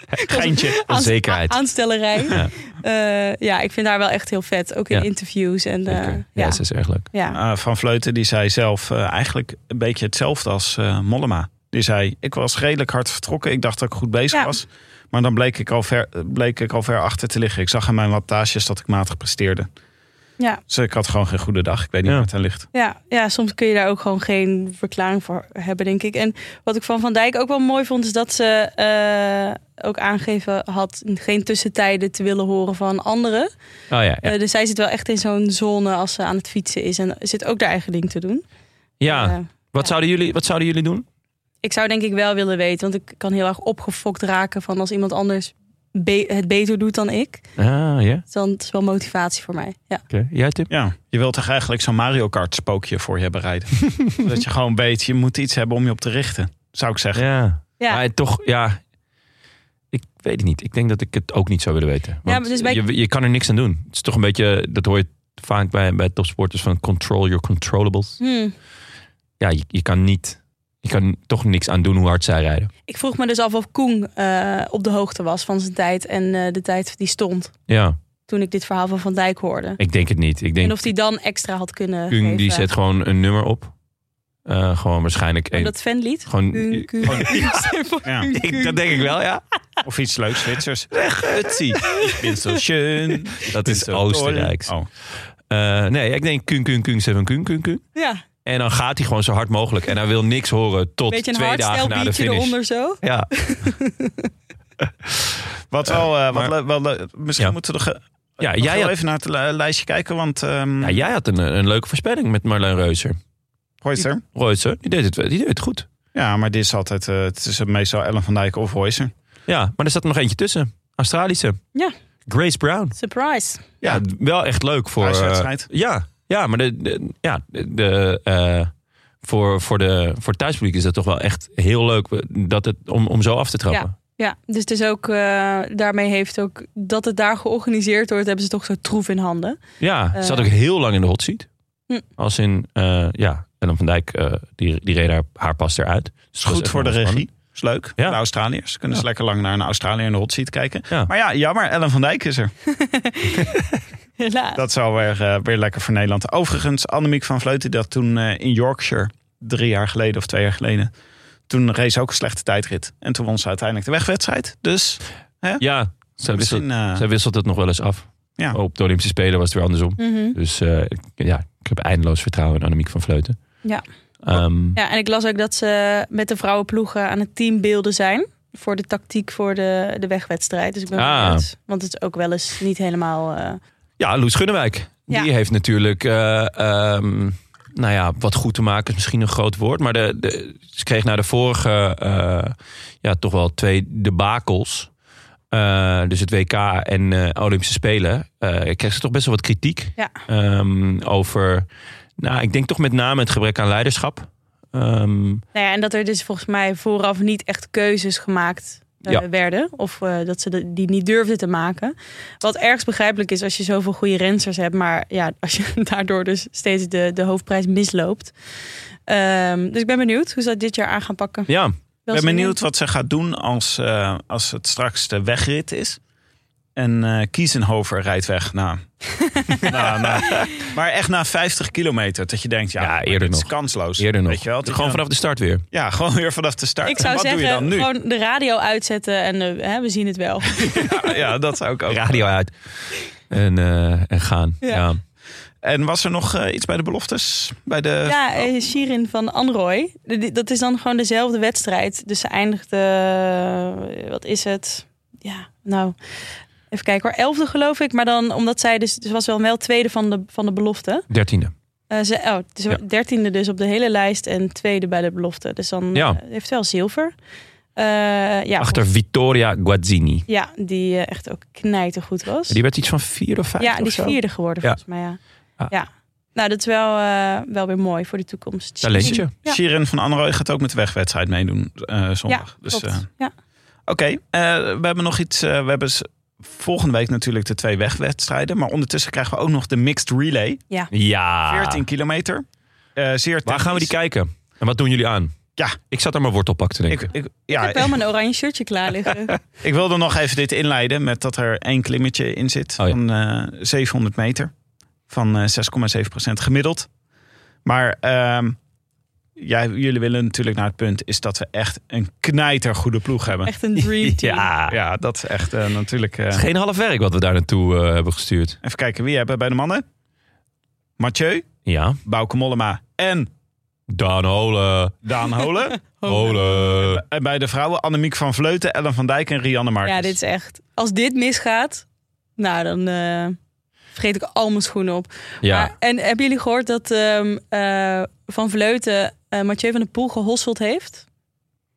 Geintje. Aanst- Onzekerheid. a- Aanstellerij. Ja. Ja. ja, ik vind haar wel echt heel vet. Ook in Ja. interviews. En, eh, Zeker. ja, ja, ze is erg leuk. ja. Eh, van Vleuten die zei zelf eh, eigenlijk een beetje hetzelfde als eh, Mollema. Die zei, ik was redelijk hard vertrokken. Ik dacht dat ik goed bezig Ja. was. Maar dan bleek ik, al ver, bleek ik al ver achter te liggen. Ik zag aan mijn wattages dat ik matig presteerde. Ja. Dus ik had gewoon geen goede dag. Ik weet niet Ja. wat aan ligt. Ja, ja, soms kun je daar ook gewoon geen verklaring voor hebben, denk ik. En wat ik van Van Dijk ook wel mooi vond, is dat ze eh, ook aangegeven had geen tussentijden te willen horen van anderen. Oh ja, ja. Eh, dus zij zit wel echt in zo'n zone als ze aan het fietsen is en zit ook haar eigen ding te doen. ja. Eh, Wat, zouden jullie, wat zouden jullie doen? ik zou denk ik wel willen weten, want ik kan heel erg opgefokt raken van als iemand anders be- het beter doet dan ik. Ah, ja. Dus dan is het wel motivatie voor mij. Ja. Oké. Jij, Tim? Ja, je wilt toch eigenlijk zo'n Mario Kart spookje voor je bereiden. dat je gewoon weet, je moet iets hebben om je op te richten. Zou ik zeggen. Ja. Ja. Maar toch, ja. Ik weet het niet. Ik denk dat ik het ook niet zou willen weten. Want maar dus bij- je, je kan er niks aan doen. Het is toch een beetje, dat hoor je vaak bij, bij topsporters van control your controllables. Hmm. Ja, je, je kan niet, je kan toch niks aan doen hoe hard zij rijden. Ik vroeg me dus af of Koen eh, op de hoogte was van zijn tijd en eh, de tijd die stond. Ja, toen ik dit verhaal van Van Dijk hoorde. ik denk het niet. Ik En denk, of die dan extra had kunnen Kung geven. die zet gewoon een nummer op. Eh, gewoon waarschijnlijk Oh, één. dat fanlied. Gewoon, Kung, Kung. Ja. Oh, Ik- dat denk ik wel, ja. Of iets leuks, Zwitsers. Gutsie. Ik ben zo schön. Dat is Ik ben zo toll. Oostenrijks. Oh. Eh, nee, ik denk kun, kun, kun, seven, kun, kun, kun. Ja, En dan gaat hij gewoon zo hard mogelijk. En hij wil niks horen tot beetje een twee hardstyle dagen na de beatje finish. eronder zo. Ja, Wat wel, eh, maar- wat le- wel le- misschien Ja. moeten we nog, eh, Ja, nog jij heel had- even naar het li- lijstje kijken. Want ehm ja jij had een, een leuke voorspelling met Marleen Reuser. Hoyser. Reuser, die deed het, die deed het goed. Ja, maar dit is altijd, eh, het is meestal Ellen van Dijk of Hoyser. Ja, maar er zat er nog eentje tussen. Australische. Ja. Grace Brown. Surprise. Ja, wel echt leuk voor... Thuiswedstrijd. eh, ja, ja, maar de, de- ja, de, de, eh, voor, voor, de, voor het thuispubliek is dat toch wel echt heel leuk eh, dat het, om, om zo af te trappen. Ja, dus het is ook, eh, daarmee heeft ook dat het daar georganiseerd wordt, hebben ze toch zo'n troef in handen. Ja, ze Eh. zat ook heel lang in de hot seat. Hm. Als in, eh, ja, Ellen van Dijk, eh, die, die reed haar, haar pas eruit. Dus dat Is was goed echt voor de wel spannend. regie. Is leuk. Ja. Voor De Australiërs. Kunnen ze lekker lang naar een Australiër in de hot seat kijken. Ja. Maar ja, jammer. Ellen van Dijk is er. Helaas. Dat zou weer, eh, weer lekker voor Nederland. Overigens, Annemiek van Vleuten die dat toen eh, in Yorkshire. Drie jaar geleden of twee jaar geleden. Toen race ook een slechte tijdrit. En toen won ze uiteindelijk de wegwedstrijd. Dus Ja, zij wisselt, misschien... eh, zij wisselt het nog wel eens af. Ja. Op de Olympische Spelen was het weer andersom. Mhm. Dus eh, ik- ja, ik heb eindeloos vertrouwen in Annemiek van Vleuten. Ja. Ehm, Ja, en ik las ook dat ze met de vrouwenploegen aan het teambeelden zijn. Voor de tactiek voor de, de wegwedstrijd. Dus ik ben Ah. benieuwd. Want het is ook wel eens niet helemaal... eh, Ja, Loes Gunnewijk. Ja. Die heeft natuurlijk, eh, ehm, nou ja, wat goed te maken is misschien een groot woord. Maar de, de, ze kreeg na de vorige, eh, ja, toch wel twee debakels. Eh, dus het WK en eh, Olympische Spelen. eh kreeg ze toch best wel wat kritiek. Ja. Ehm, over, nou, ik denk toch met name het gebrek aan leiderschap. Ehm, Nou ja, en dat er dus volgens mij vooraf niet echt keuzes gemaakt eh, Ja. werden. Of eh, dat ze de- die niet durfden te maken. Wat ergens begrijpelijk is als je zoveel goede rensters hebt. Maar ja, als je daardoor dus steeds de, de hoofdprijs misloopt. Ehm, dus ik ben benieuwd hoe ze dat dit jaar aan gaan pakken. ja, Ik Wel ben zin in. benieuwd wat ze gaat doen als, eh, als het straks de wegrit is. En eh Kiesenhover rijdt weg na, na, na- Maar echt na 50 kilometer. Dat je denkt, ja, Ja, maar eerder dit is nog. kansloos. eerder nog. Weet je wel? Het is Gewoon dan- vanaf de start weer. Ja, gewoon weer vanaf de start. Ik en zou wat doe je dan zeggen, nu? gewoon de radio uitzetten en eh, hè, we zien het wel. Ja, dat zou ik ook. Radio uit. En, eh, en gaan. Ja. ja. En was er nog eh, iets bij de beloftes? Bij de... Ja, eh, Shirin van Anrooy. De- die- Dat is dan gewoon dezelfde wedstrijd. Dus ze eindigde, eh, wat is het? Ja, nou, even kijken hoor. Elfde geloof ik. Maar dan, omdat zij dus, ze was wel wel tweede van de, van de belofte. Dertiende. Eh, ze, oh, ze Ja. dertiende dus op de hele lijst en tweede bij de belofte. Dus dan Ja. eh, heeft ze wel zilver. Eh, ja, Achter Vittoria Guazzini. Ja, die eh, echt ook knijtergoed was. Die werd iets van vier of vijf ja, of die is zo. vierde geworden Ja. volgens mij, ja. Ah. ja. Nou, dat is wel, eh, wel weer mooi voor de toekomst. Talentje. Ja. Shirin van Anrooy gaat ook met de wegwedstrijd meedoen eh, zondag. Ja, dus, klopt. eh, ja. Oké, eh, we hebben nog iets. eh, we hebben s- volgende week natuurlijk de twee wegwedstrijden. Maar ondertussen krijgen we ook nog de mixed relay. Ja. 14 kilometer. Eh, zeer Ah. Waar gaan we die technisch. kijken? En wat doen jullie aan? Ja. Ik zat aan mijn wortelpak te denken. Ik, ik, Ik ja, heb ik, wel mijn oranje shirtje klaar liggen. ik wilde nog even dit inleiden met dat er één klimmetje in zit Oh ja. van eh, 700 meter. Van eh, 6,7 gemiddeld. Maar ehm, jij, jullie willen natuurlijk naar het punt is dat we echt een knijter goede ploeg hebben. Echt een dream team. ja. Ja, dat is echt eh, natuurlijk... eh, Het is geen half werk wat we daar naartoe eh, hebben gestuurd. even kijken, wie hebben we bij de mannen? Mathieu, Ja. Bouke Mollema en Dan Holen. Daan Holen. Holen. en bij de vrouwen Annemiek van Vleuten, Ellen van Dijk en Rianne Marcus. Ja, dit is echt. Als dit misgaat, nou dan eh, vergeet ik al mijn schoenen op. Maar- Ja. en hebben jullie gehoord dat ehm, eh, Van Vleuten eh Mathieu van der Poel gehosseld heeft?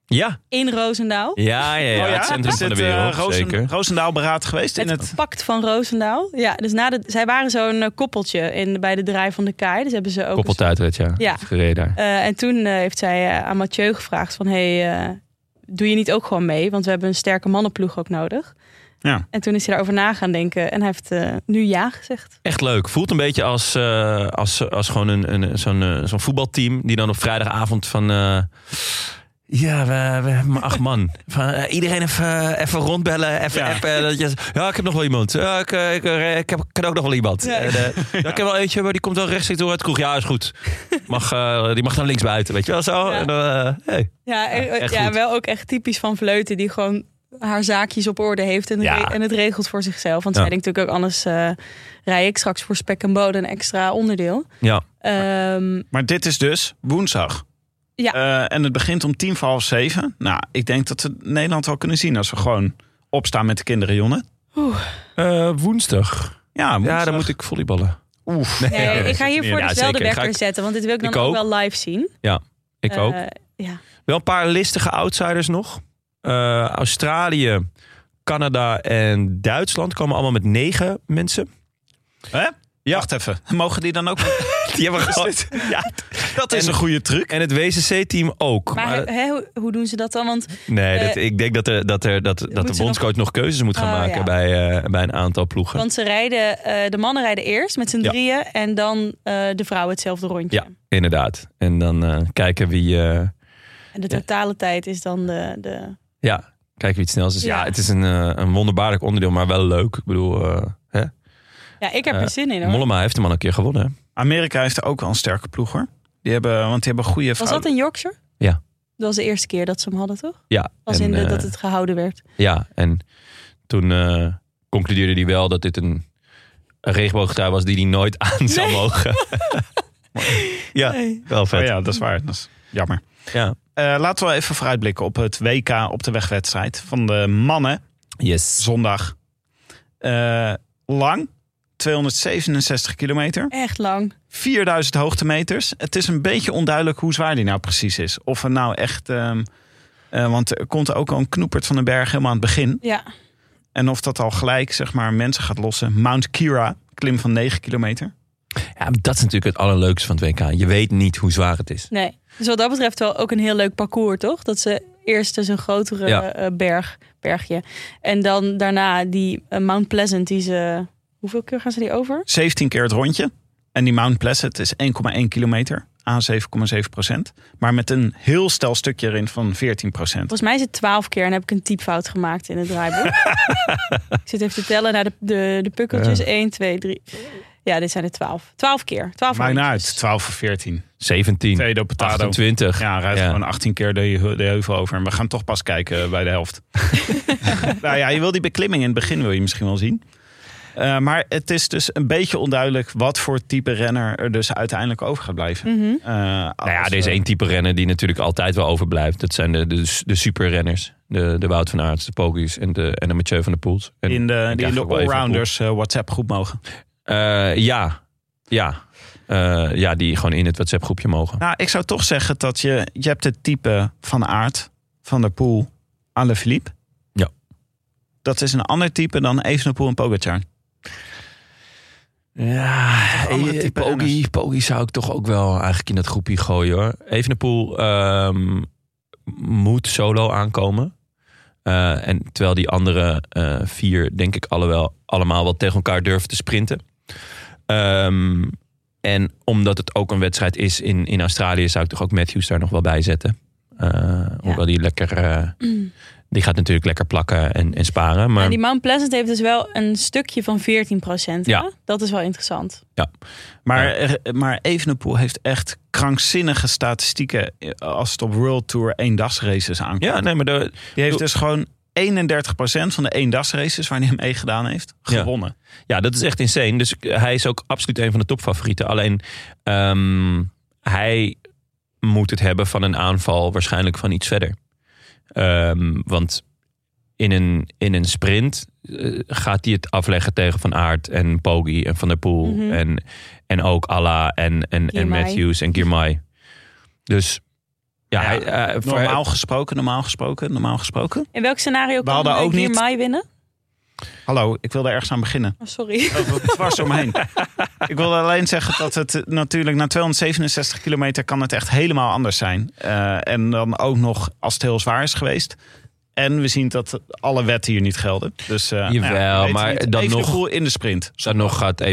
Ja. In Roosendaal. Ja, ja, ja. Oh ja? Het centrum Is van de dit, eh, wereld, Roosen- zeker. Roosendaal beraad geweest in Het, het... pact van Roosendaal. Ja, dus na de, zij waren zo'n eh, koppeltje in, bij de draai van de kaai. Dus hebben ze ook een Koppeltuitwet, ja. Ja. Is gereden daar. Eh, en toen eh, heeft zij eh, aan Mathieu gevraagd van... hey, eh, doe je niet ook gewoon mee? Want we hebben een sterke mannenploeg ook nodig. Ja. En toen is hij daarover na gaan denken. En hij heeft eh, nu ja gezegd. Echt leuk. Voelt een beetje als, eh, als, als gewoon een, een, zo'n eh, zo'n voetbalteam die dan op vrijdagavond van... eh, ja, we, we hebben maar acht man. Van, eh, iedereen even, even rondbellen, even Ja. appen. Dat je, ja, ik heb nog wel iemand. Ja, ik, eh, ik, eh, ik heb, ik ken ook nog wel iemand. Ja. En, eh, ja, ik heb wel eentje, maar die komt wel rechtstreeks door uit de kroeg. Ja, is goed. Mag, eh, die mag dan links buiten, weet je wel zo. Ja. En, dan, eh, hey. Ja, eh, echt ja goed. wel ook echt typisch van Vleuten. Die gewoon haar zaakjes op orde heeft. En, Ja. re- en het regelt voor zichzelf. Want Ja. zij denkt natuurlijk ook anders... eh, rij ik straks voor spek en boden een extra onderdeel. Ja, Ehm, Maar dit is dus woensdag. Ja. Eh, en het begint om tien voor half zeven. Nou, ik denk dat we Nederland wel kunnen zien als we gewoon opstaan met de kinderen, Jonne. woensdag. Ja, woensdag. Ja, dan moet ik volleyballen. Oef. Nee, nee, dat ik is ga het hiervoor niet. Ja, dus wel de zeker. Ga wekker ik- zetten. Want dit wil ik dan Ik ook. ook. wel live zien. Ik ook. Eh, ja. Wel een paar listige outsiders nog. Eh, Australië, Canada en Duitsland komen allemaal met negen mensen. Hè? Wacht even. Mogen die dan ook... Die hebben gewoon... Ja, dat is En- een goede truc. en het WCC-team ook. Maar, Maar, hè, hoe, hoe doen ze dat dan? Want nee, dat, eh, ik denk dat, er, dat, er, dat, dat moeten de ze bondscoach nog... keuzes moet gaan Oh, maken ja. bij, eh, bij een aantal ploegen. Want ze rijden, eh, de mannen rijden eerst met z'n Ja. drieën en dan eh, de vrouwen hetzelfde rondje. Ja, inderdaad. En dan eh, kijken wie... eh, En de Ja. totale tijd is dan de. de... ja, kijken wie het snelst is. Ja, Ja. het is een, eh, een wonderbaarlijk onderdeel, maar wel leuk. Ik bedoel, eh, hè? Ja, ik heb Eh, er zin in hoor. Mollema heeft hem al een keer gewonnen. hè? Amerika heeft ook wel een sterke ploeg, hoor. Die hebben, want die hebben goede Was vrouwen. dat in Yorkshire? Ja. Dat was de eerste keer dat ze hem hadden, toch? Ja, Als in de, eh, dat het gehouden werd. Ja, en toen eh, concludeerde hij wel dat dit een, een regenboogtrui was die hij nooit aan zou mogen. ja, Nee. wel vet. Oh ja. ja, dat is waar. Dat is jammer. Eh, laten we even vooruitblikken op het WK op de wegwedstrijd van de mannen Yes. zondag. Eh, lang, 267 kilometer, Echt lang. 4000 hoogtemeters. Het is een beetje onduidelijk hoe zwaar die nou precies is. Of er nou echt. ehm, eh, want er komt ook al een knoepert van de berg helemaal aan het begin. Ja. En of dat al gelijk zeg maar, mensen gaat lossen. Mount Kira, klim van 9 kilometer. Ja, maar dat is natuurlijk het allerleukste van het WK. Je weet niet hoe zwaar het is. Nee. Dus wat dat betreft wel ook een heel leuk parcours, toch? Dat ze eerst dus een grotere Ja. eh, berg, bergje. En dan daarna die eh, Mount Pleasant, die ze. Hoeveel keer gaan ze die over? 17 keer het rondje. En die Mount Pleasant is 1,1 kilometer. Aan 7,7 procent. Maar met een heel stel stukje erin van 14 procent. Volgens mij is het twaalf keer en heb ik een typfout gemaakt in het draaiboek. ik zit even te tellen naar de, de, de pukkeltjes. 1, 2, 3. Ja, dit zijn er twaalf. Twaalf keer. Twaalf Maakt niet rondjes. uit. 12 of 14. 17, Tweede potato. 28. Ja, rijdt Ja. gewoon 18 keer de, heu- de heuvel over. En we gaan toch pas kijken bij de helft. nou ja, je wil die beklimming in het begin wil je misschien wel zien. Eh, maar het is dus een beetje onduidelijk wat voor type renner er dus uiteindelijk over gaat blijven. Mhm. Eh, Nou ja, als, er is eh, één type renner die natuurlijk altijd wel overblijft. Dat zijn de, de, de superrenners. De, de Wout van Aerts, de Pogies en de, en de Mathieu van der Poels. En, in de, ik die in de eigenlijk wel even allrounders eh, WhatsApp groep mogen. eh, ja, ja. Eh, ja, die gewoon in het WhatsApp groepje mogen. Nou, ik zou toch zeggen dat je, je hebt het type van Aard, Van der Poel, Alaphilippe. Ja. Dat is een ander type dan Evenepoel en Pogacar. Ja, andere eh, type Poggi, renners. Poggi zou ik toch ook wel eigenlijk in dat groepje gooien hoor. Evenepoel ehm moet solo aankomen. Eh, en terwijl die andere eh, vier denk ik alle wel, allemaal wel tegen elkaar durven te sprinten. Ehm, en omdat het ook een wedstrijd is in, in Australië zou ik toch ook Matthews daar nog wel bij zetten. Eh, Hoewel die lekker... eh, die gaat natuurlijk lekker plakken en, en sparen. Maar... Mm. En die Mount Pleasant heeft dus wel een stukje van 14 procent. Ja. Dat is wel interessant. Maar, er- maar Evenepoel heeft echt krankzinnige statistieken eh, als het op World Tour eendagsraces aankomt. Ja, nee, maar de, Die heeft dus gewoon 31% van de eendags races waar hij meegedaan heeft, Ja. gewonnen. Ja, dat is echt insane. Dus hij is ook absoluut een van de topfavorieten. Alleen ehm, hij moet het hebben van een aanval, waarschijnlijk van iets verder. Ehm, want in een, in een sprint eh, gaat hij het afleggen tegen Van Aert en Poggi en Van der Poel. Mhm. en, en ook Allah en, en, en Girmay. Matthews en Girmay. Dus ja, Ja, hij, eh, voor- Normaal gesproken, normaal gesproken, normaal gesproken. In welk scenario kan hadden eh, ook niet- Girmay winnen? Hallo, ik wilde ergens aan beginnen. Oh, sorry. Dwars omheen. ik wilde alleen zeggen dat het eh, natuurlijk na 267 kilometer kan het echt helemaal anders zijn. Eh, en dan ook nog als het heel zwaar is geweest. En we zien dat alle wetten hier niet gelden. Dus, eh, nou ja, we Jawel, weten maar niet. dan Even de nog- boel in de sprint. Dan nog gaat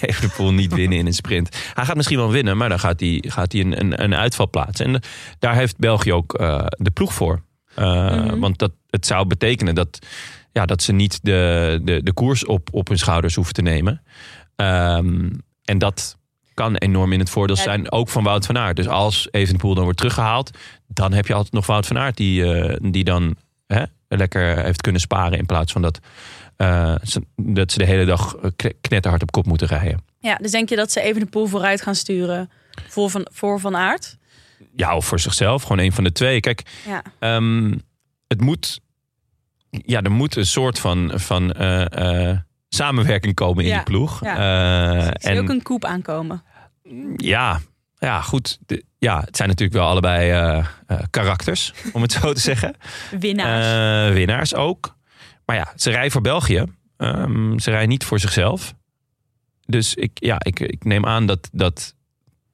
Evenepoel niet winnen in een sprint. Hij gaat misschien wel winnen, maar dan gaat hij, gaat hij een, een, een uitval plaatsen. En daar heeft België ook eh, de ploeg voor. Eh, Mhm. Want dat, het zou betekenen dat, ja, dat ze niet de, de, de koers op, op hun schouders hoeven te nemen. Ehm, en dat kan enorm in het voordeel Ja. zijn, ook van Wout van Aert. Dus als Evenepoel dan wordt teruggehaald, dan heb je altijd nog Wout van Aert... die, eh, die dan hè, lekker heeft kunnen sparen in plaats van dat eh, ze- dat ze de hele dag eh, kne- knetterhard op kop moeten rijden. Ja, dus denk je dat ze even de pool vooruit gaan sturen voor Van, voor van Aert? Ja, of voor zichzelf, gewoon een van de twee. Kijk, Ja. ehm, het moet. Ja, er moet een soort van, van eh, eh, samenwerking komen in Ja, die ploeg. ja. Eh, Ik zie en ook een koep aankomen. ja, ja, goed. De- ja, het zijn natuurlijk wel allebei eh, eh, karakters, om het zo te zeggen. Winnaars. Eh, winnaars ook. Maar ja, ze rijden voor België. Ehm, ze rijden niet voor zichzelf. Dus ik, ja, ik, ik neem aan dat, dat,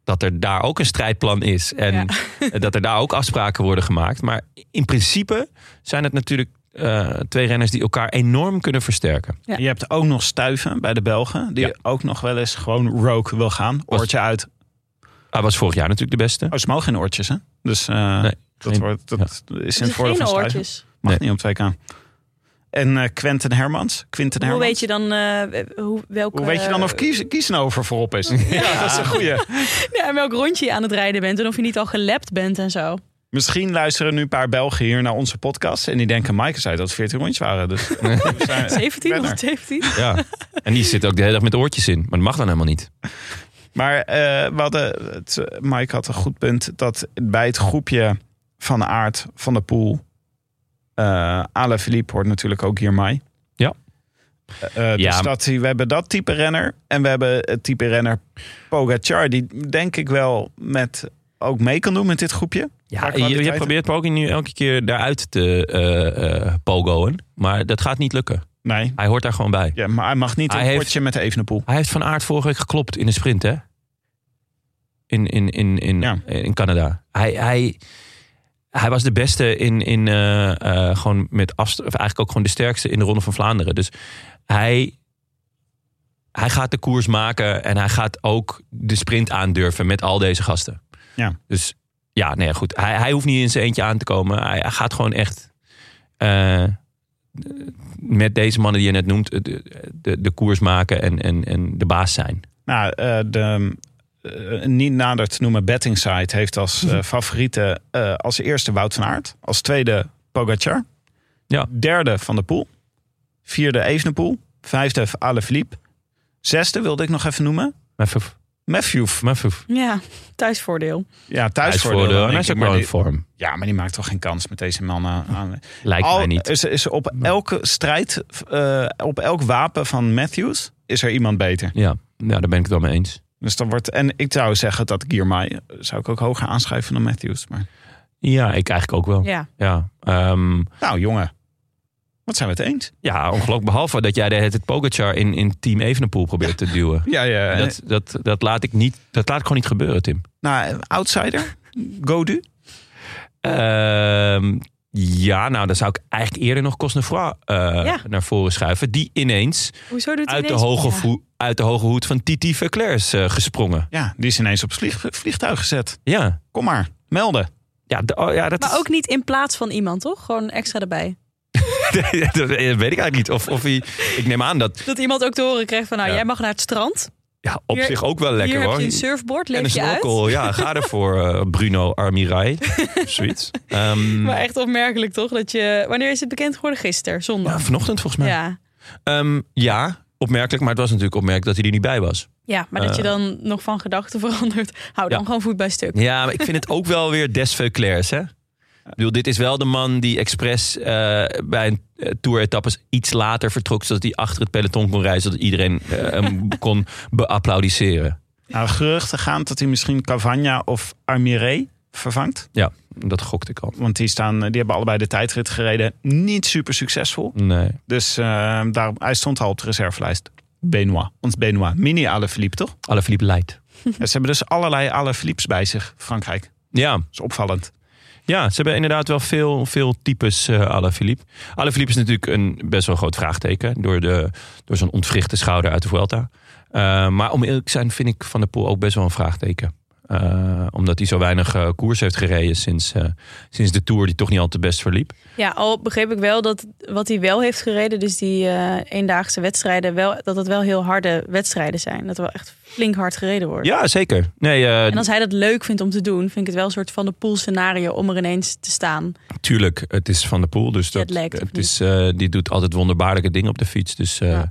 dat er daar ook een strijdplan is. En dat er daar ook afspraken worden gemaakt. Maar in principe zijn het natuurlijk eh, twee renners die elkaar enorm kunnen versterken. Ja. Je hebt ook nog stuiven bij de Belgen. Die Ja. ook nog wel eens gewoon rogue wil gaan. Oortje uit. Hij was vorig jaar natuurlijk de beste. Oh, ze mogen geen oortjes, hè? Dus eh, Nee, dat, geen- wordt, dat is in Dus het voordeel geen van stuiven. oortjes. Mag Nee. niet op 2K. En eh, Quentin Hermans. Quentin Hoe Hermans. weet je dan eh, hoe, welke, Hoe weet je dan of kies, kiezen over voorop is? Ja, dat is een goeie. Ja, en welk rondje je aan het rijden bent en of je niet al gelapt bent en zo. Misschien luisteren nu een paar Belgen hier naar onze podcast. En die denken, Mike zei dat het 14 rondjes waren. Dus we zijn 17 verder. of 17? Ja. en die zit ook de hele dag met oortjes in. Maar dat mag dan helemaal niet. Maar eh, we hadden, het, Mike had een goed punt. Dat bij het groepje van Aard, Van der Poel, eh Alain Philippe hoort natuurlijk ook hier mij. Ja. Eh, dus Ja. dat, we hebben dat type renner. En we hebben het type renner Pogacar. Die denk ik wel met, ook mee kan doen met dit groepje. Qua Ja, je, kwaliteiten. je probeert Poggi nu elke keer daaruit te eh eh, pogoen. Maar dat gaat niet lukken. Nee, Hij hoort daar gewoon bij. ja, maar hij mag niet Hij een heeft- potje met de Evenepoel. Hij heeft Van Aert vorige week geklopt in een sprint, hè? In, in, in, in, Ja. in Canada. Hij, hij, hij was de beste in, in eh, eh, gewoon met afstand, of eigenlijk ook gewoon de sterkste in de Ronde van Vlaanderen. Dus hij, hij gaat de koers maken en hij gaat ook de sprint aandurven met al deze gasten. Ja. Dus ja, nee, goed. Hij, hij hoeft niet in zijn eentje aan te komen. Hij, hij gaat gewoon echt eh, met deze mannen die je net noemt, de, de, de koers maken en, en, en de baas zijn. Nou, eh, de eh, niet nader te noemen betting site heeft als Mhm. eh, favoriete eh, als eerste Wout van Aert. Als tweede Pogacar. Ja. Derde Van der Poel. Vierde Evenepoel. Vijfde Alaphilippe. Zesde wilde ik nog even noemen. Maar verf- Matthew. maar verf- Ja, thuisvoordeel. Ja, Hij is voor thuisvoordeel. de dan hij denk is ik, ook maar wel in die- vorm. Ja, maar die maakt toch geen kans met deze man aan- aan. Lijkt Al- mij niet. Is, is op elke strijd, eh, op elk wapen van Matthews, is er iemand beter. Ja, ja, daar ben ik het wel mee eens. Dus dan wordt, en ik zou zeggen dat Girmay zou ik ook hoger aanschrijven dan Matthews. Maar, Ja, ik eigenlijk ook wel. Ja. Ja, ehm, nou jongen, wat zijn we het eens? ja ongelooflijk. Behalve dat jij de het Pogacar in, in Team Evenepoel probeert te duwen. Ja, ja. eh, Dat, dat, dat, laat ik niet, dat laat ik gewoon niet gebeuren, Tim. nou, outsider, Godu. Ehm, ja, nou, dan zou ik eigenlijk eerder nog Cosnefroid eh Ja. naar voren schuiven. Die ineens Hoezo doet hij uit de, ineens- hoge Ja. voe- uit de hoge hoed van Titi Verclair is eh, gesprongen. Ja, die is ineens op het vlieg, vliegtuig gezet. Ja, Kom maar, melden. ja, d- oh, ja dat Maar is- ook niet in plaats van iemand, toch? Gewoon extra erbij. Nee, dat weet ik eigenlijk niet. Of, of hij, ik neem aan dat. Dat iemand ook te horen krijgt van, nou, Ja. jij mag naar het strand. Ja, op Hier- zich ook wel lekker Hier hoor. heb je een surfboard, en leef een je uit. snorkel, ja, ga ervoor eh, Bruno Armirai. Zoiets. Ehm, Maar echt opmerkelijk toch? Dat je, wanneer is het bekend geworden? Gisteren, ja, zondag. vanochtend volgens Ja, mij. ja. Ehm, ja, opmerkelijk. Maar het was natuurlijk opmerkelijk dat hij er niet bij was. maar dat je dan nog van gedachten verandert. Hou dan Eh. Ja. gewoon voet bij stuk. Ja, maar ik vind het ook wel weer Des Veuclairs, hè? Ik bedoel, dit is wel de man die expres eh, bij een eh, tour-etappes iets later vertrok... zodat hij achter het peloton kon reizen, zodat iedereen eh, hem kon beapplaudisseren. Nou, geruchten gaan dat hij misschien Cavagna of Armiré vervangt. Dat gokte ik al. Want die, staan, eh, die hebben allebei de tijdrit gereden. Niet super succesvol. Nee. Dus eh, daar, hij stond al op de reservelijst. Benoit. Ons Benoit. Mini Alaphilippe, toch? Alaphilippe Leidt. Ja, ze hebben dus allerlei Alaphilippes bij zich. Frankrijk. Ja, Dat is opvallend. ja, ze hebben inderdaad wel veel, veel types eh Alaphilippe. Alaphilippe is natuurlijk een best wel groot vraagteken... door, de- door zo'n ontwrichte schouder uit de Vuelta. Eh, maar om eerlijk te zijn vind ik Van der Poel ook best wel een vraagteken. Eh, omdat hij zo weinig eh, koers heeft gereden sinds, eh, sinds de Tour... die toch niet al te best verliep. Ja, al begreep ik wel dat wat hij wel heeft gereden, dus die eh, eendaagse wedstrijden, wel, dat het wel heel harde wedstrijden zijn. Dat er wel echt flink hard gereden wordt. Ja, zeker. Nee, eh, En als hij dat leuk vindt om te doen, vind ik het wel een soort van de pool scenario om er ineens te staan. tuurlijk. Het is Van der Poel. Dus dat, Jetlag, of het niet? is, eh, die doet altijd wonderbaarlijke dingen op de fiets. Dus eh, Ja.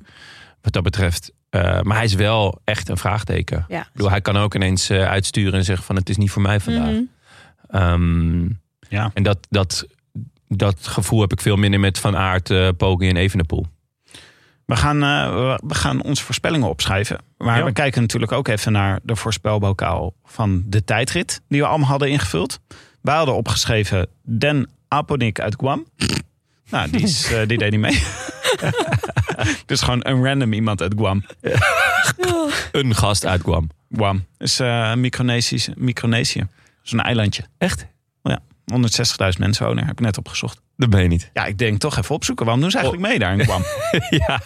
wat dat betreft... eh, maar hij is wel echt een vraagteken. Ik Ja. bedoel, hij kan ook ineens eh, uitsturen en zeggen van... het is niet voor mij vandaag. Mhm. Ehm, Ja. En dat, dat, dat gevoel heb ik veel minder met Van Aert, eh Poggi en Evenepoel. We gaan, eh, we- we gaan onze voorspellingen opschrijven. Maar Ja. we kijken natuurlijk ook even naar de voorspelbokaal van de tijdrit. Die we allemaal hadden ingevuld. Wij hadden opgeschreven Den Aponik uit Guam. nou, die, is, eh, die deed niet mee. dus gewoon een random iemand uit Guam. Een gast uit Guam. Guam is eh Micronesisch, Micronesië. Zo'n eilandje. Oh Echt? Ja, 160.000 mensen wonen. er. Heb ik net opgezocht. Dat ben je niet. Ja, ik denk toch even opzoeken. Waarom Oh. doen ze eigenlijk mee daar in Guam? ja.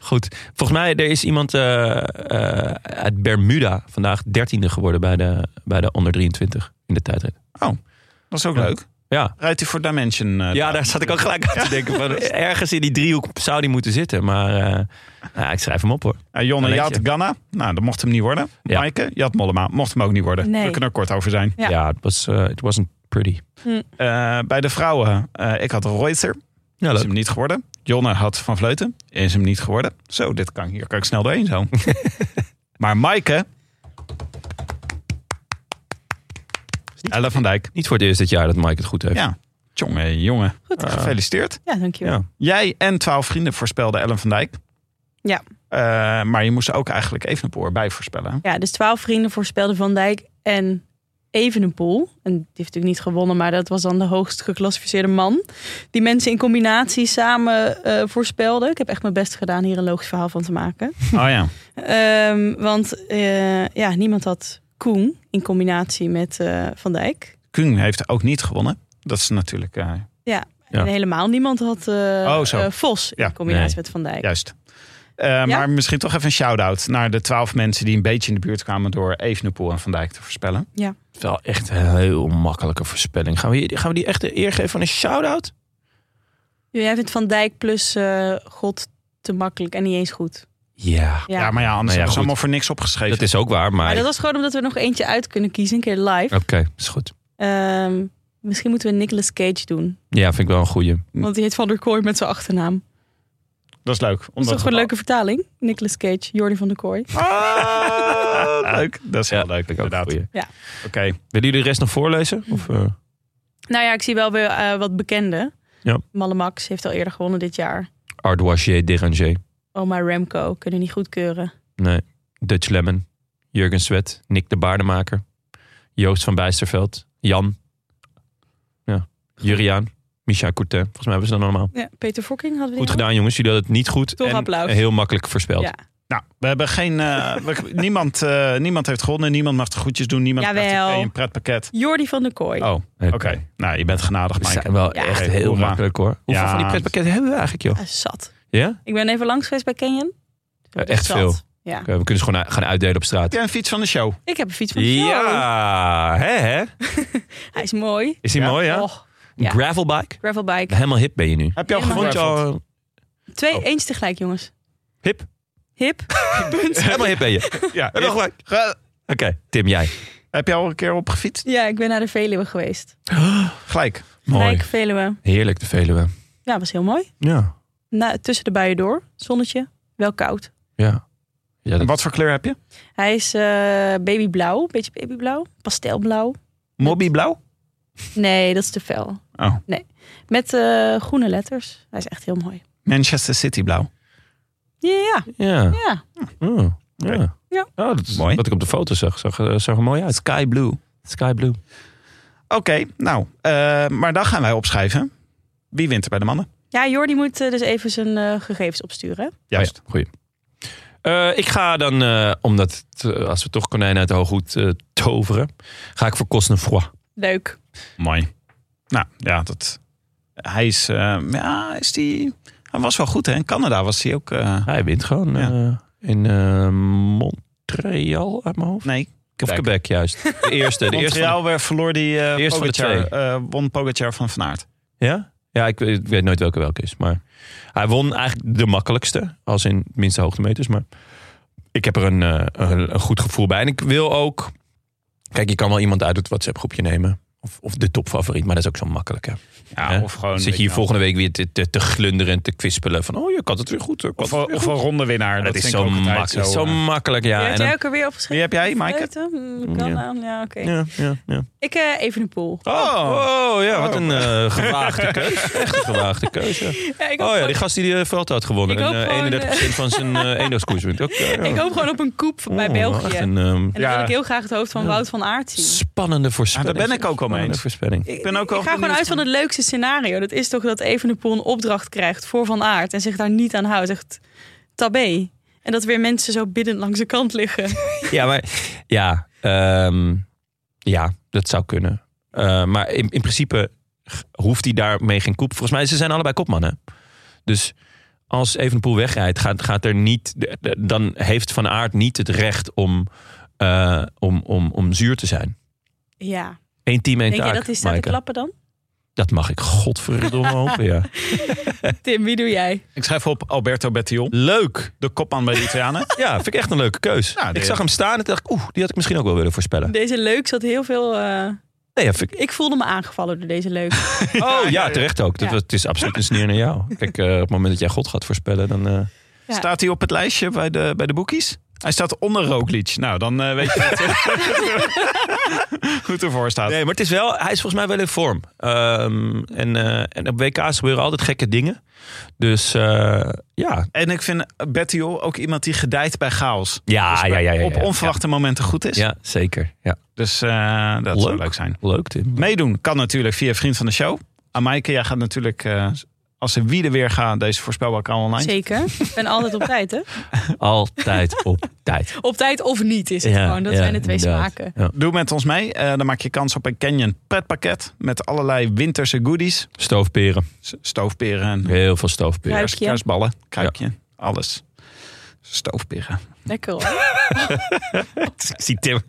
Goed. Volgens mij er is iemand eh, eh, uit Bermuda vandaag dertiende geworden bij de, bij de onder 23 in de tijdrit. Dat is ook Ja. leuk. Ja. Rijdt hij voor Dimension? eh, ja, daar zat ik ook gelijk aan te denken. Van, ergens in die driehoek zou die moeten zitten. Maar eh, nou ja, ik schrijf hem op hoor. Ja, Eh, Jonne, Een je had eentje. Ganna. Nou, dat mocht hem niet worden. Ja. Maaike, je had Mollema. Mocht hem ook niet worden. Nee. We kunnen er kort over zijn. Ja. Ja, het was, eh, it wasn't pretty. Eh, bij de vrouwen, eh, ik had Reuter. Ja, Is leuk. hem niet geworden. Jonne had Van Vleuten. Is hem niet geworden. Zo, dit kan, hier kan ik snel doorheen zo. maar Maaike... Ella van Dijk. Niet voor het eerst dit jaar dat Mike het goed heeft. Ja. Jongen, jongen. Goed. Gefeliciteerd. Ja, dankjewel. Ja. Jij en twaalf vrienden voorspelden Ellen van Dijk. Ja. Eh, maar je moest er ook eigenlijk even een poor bij voorspellen. hè? Ja, dus twaalf vrienden voorspelden Van Dijk en Evenepoel. En die heeft natuurlijk niet gewonnen, maar dat was dan de hoogst geclassificeerde man. Die mensen in combinatie samen eh, voorspelden. Ik heb echt mijn best gedaan hier een logisch verhaal van te maken. Oh ja. Ehm, want eh, ja, niemand had Koen in combinatie met eh, Van Dijk. Kung heeft ook niet gewonnen. Dat is natuurlijk eh, Ja. En helemaal niemand had eh, Oh, zo. eh, Vos in Ja, combinatie nee. met Van Dijk. juist. Eh, Maar misschien toch even een shout-out naar de twaalf mensen die een beetje in de buurt kwamen door Evenepoel en Van Dijk te voorspellen. Het is wel echt een heel makkelijke voorspelling. Gaan we, gaan we die echt de eer geven van een shout-out? Jij vindt Van Dijk plus eh, God te makkelijk en niet eens goed. Ja. Ja, maar Nou ja, anders ja, hebben goed. ze allemaal voor niks opgeschreven. Dat is ook waar, maar... Maar dat was gewoon omdat we er nog eentje uit kunnen kiezen, een keer live. Oké, is goed. Ehm, misschien moeten we Nicolas Cage doen. Ja, vind ik wel een goeie. Want die heet Van der Kooi met zijn achternaam. Dat Dat is leuk. is Omdat toch een leuke vertaling? Nicolas Cage, Jordi van der Kooi. Ah, leuk. Dat is heel Ja, leuk, vind ik ook een inderdaad. Oké. goeie. Okay. Willen jullie de rest nog voorlezen? Of, eh? Nou ja, ik zie wel weer eh, wat bekende. Ja. Malle Max heeft al eerder gewonnen dit jaar. Ardouagier, Deranger. Oma Remco kunnen niet goedkeuren. Nee. Dutch Lemon. Jurgen Swet. Nick de Baardemaker. Joost van Bijsterveld. Jan. Ja. Juriaan. Micha Courtin. Volgens mij hebben ze dat allemaal. Ja, Peter Fokking hadden we die Goed al? gedaan, jongens. Jullie hadden het niet goed. Toch en applaus. Heel makkelijk voorspeld. Ja. Nou, we hebben geen. eh, we- niemand, eh, niemand heeft gewonnen. Niemand mag de goedjes doen. Niemand Jawel. krijgt een, een pretpakket. Jordi van der Kooi. Oh, oké. Oké. Dus- Nou, je bent genadig, We Mike. zijn wel Ja. echt heel Hoera. makkelijk hoor. Hoeveel Ja. van die pretpakketten hebben we eigenlijk joh? Ah, zat. Ja? Ik ben even langs geweest bij Kenyon. Ja, echt veel. Ja. Oké, we kunnen ze gewoon u- gaan uitdelen op straat. Heb jij een fiets van de show? Ik heb een fiets van ja. Ja, hè hè? Hij is mooi. Is die Ja. mooi ja? Och, Oh, ja. Gravelbike? gravelbike. Helemaal hip ben je nu. Heb je al Helemaal gewonnen? Vond je al Twee Oh. eens tegelijk, jongens. hip? Hip. Helemaal hip ben je. Ja, Heb je gelijk. Ga- Oké, Tim, jij. Heb je al een keer op gefietst? Ja, ik ben naar de Veluwe geweest. Gelijk. Mooi. Rijk Veluwe. Heerlijk, de Veluwe. Ja, was heel mooi. Ja. Na, tussen de buien door. Zonnetje. Wel koud. Ja. ja En dat- wat voor kleur heb je? Hij is eh, babyblauw. Beetje babyblauw. Pastelblauw. Mobbyblauw? Nee, dat is te fel. Oh, Met eh, groene letters. Hij is echt heel mooi. Manchester City blauw. Ja, ja, ja. ja. Oh, ja. Ja. Oh, dat is Mooi. wat ik op de foto zag. Zag, eh, zag er mooi uit. Sky blue. Sky blue. Oké, nou, eh, maar dan gaan wij opschrijven. Wie wint er bij de mannen? Ja, Jordi moet eh, dus even zijn eh, gegevens opsturen. hè? Juist. Oh ja, goeie. Eh, ik ga dan, eh, omdat het, eh, als we toch konijnen uit de hooghoed eh, toveren, ga ik voor Cosnefroid. Leuk. Mooi. Nou ja, dat. Hij is. eh, ja, is die. Hij was wel goed, hè? In Canada was hij ook. eh, Hij wint gewoon Ja. eh, in eh, Montreal uit mijn hoofd. nee, Of Quebec. Quebec juist. De eerste. De eerste van Montreal weer verloor die. eh, eerste van de Pogacar, twee. eh, won Pogacar van Van Aert. de- ja? Ja, ik, weet- ik weet nooit welke welke is. Maar hij won eigenlijk de makkelijkste. Als in de minste hoogtemeters. Maar ik heb er een, eh, een, een goed gevoel bij. En ik wil ook... Kijk, je kan wel iemand uit het WhatsApp groepje nemen. Of, of de topfavoriet. Maar dat is ook zo makkelijk hè. Ja, Hè? of gewoon. Zit weet je hier wel. volgende week weer te, te, te glunderen en te kwispelen. Van, oh, je kan het weer goed. je kan Of, het weer of goed. een ronde winnaar. Ja, Dat, dat is vind zo ik ook altijd makkelijk. Zo, eh, makkelijk, ja. Ja, en hebt dan- jij ook alweer opgeschreven? Wie heb jij, Maaike? Buiten? Hm, Kan Ja. aan, ja, oké. ja, ja, ja. Ik eh, even een pool. Oh, oh, ja, wat Oh. een eh, gewaagde keuze. Echt een gewaagde keuze. Ja, ik, hoop Oh ja, gewoon, die gast die de Vuelta had gewonnen. Ik En hoop eh, gewoon, 31% van zijn eh eendagskoers wint. Ook, eh, ja. ik hoop gewoon op een koep bij Oh, België. echt En een ehm, dan Ja. wil ik heel graag het hoofd van Wout van Aert zien. spannende voorspelling. Ah, daar ben ik ook al mee Spannende eens. voorspelling. Ik, ben ook wel ik ga gewoon benieuwd uit van het leukste scenario. Dat is toch dat Evenepoel een opdracht krijgt voor Van Aert... en zich daar niet aan houdt. Echt tabé. En dat weer mensen zo biddend langs de kant liggen. Ja, maar ja, ehm, ja dat zou kunnen. Eh, maar in, in principe g- hoeft hij daarmee geen koep. Volgens mij, ze zijn allebei kopmannen. Dus als Evenpoel wegrijdt, gaat, gaat er niet, de- de- dan heeft Van Aert niet het recht om, eh, om, om, om zuur te zijn. Ja. Eén team, één Denk je taak, dat hij staat te Maaike. klappen dan? Dat mag ik godverdomme hopen, ja. Tim, wie doe jij? Ik schrijf op Alberto Bettiol, Leuk. de kopman bij de Italianen. Ja, vind ik echt een leuke keus. Ja, die- ik zag hem staan en dacht ik, oeh, die had ik misschien ook wel willen voorspellen. Deze leuk zat heel veel... eh, Nee, ja, vind ik- Ik voelde me aangevallen door deze leuk. Oh ja, terecht ook. Dat, Ja. was- Het is absoluut een sneer naar jou. Kijk, eh, op het moment dat jij God gaat voorspellen, dan... eh, Ja. Staat hij op het lijstje bij de, bij de boekies? Hij staat onder Roglic. Nou, dan eh, weet je het. goed ervoor staat. Nee, maar het is wel, hij is volgens mij wel in vorm. Ehm, en, eh, en op WK's gebeuren altijd gekke dingen. Dus eh, ja. En ik vind Bettiol ook iemand die gedijt bij chaos. Ja, Dus Ah, ja, ja, ja, ja. op onverwachte momenten goed is. Ja, ja, zeker. Ja. Dus eh, dat zou Leuk. leuk zijn. Leuk, Tim. Meedoen kan natuurlijk via Vriend van de Show. Amaike, jij gaat natuurlijk, eh, als ze wie er weer gaat, deze voorspelbaar kan online. Zeker. Ik ben altijd op tijd, hè? Altijd op tijd. Op tijd of niet is het Ja, gewoon. Dat ja, zijn de twee inderdaad. smaken. Ja. Doe met ons mee. Eh, dan maak je kans op een Canyon pretpakket met allerlei winterse goodies. Stoofperen. S- Stoofperen en Heel veel stoofperen. Ja. kruis, Kruikje. kruisballen, kruikje, alles. Stoofperen. Lekker hoor. Ik zie Tim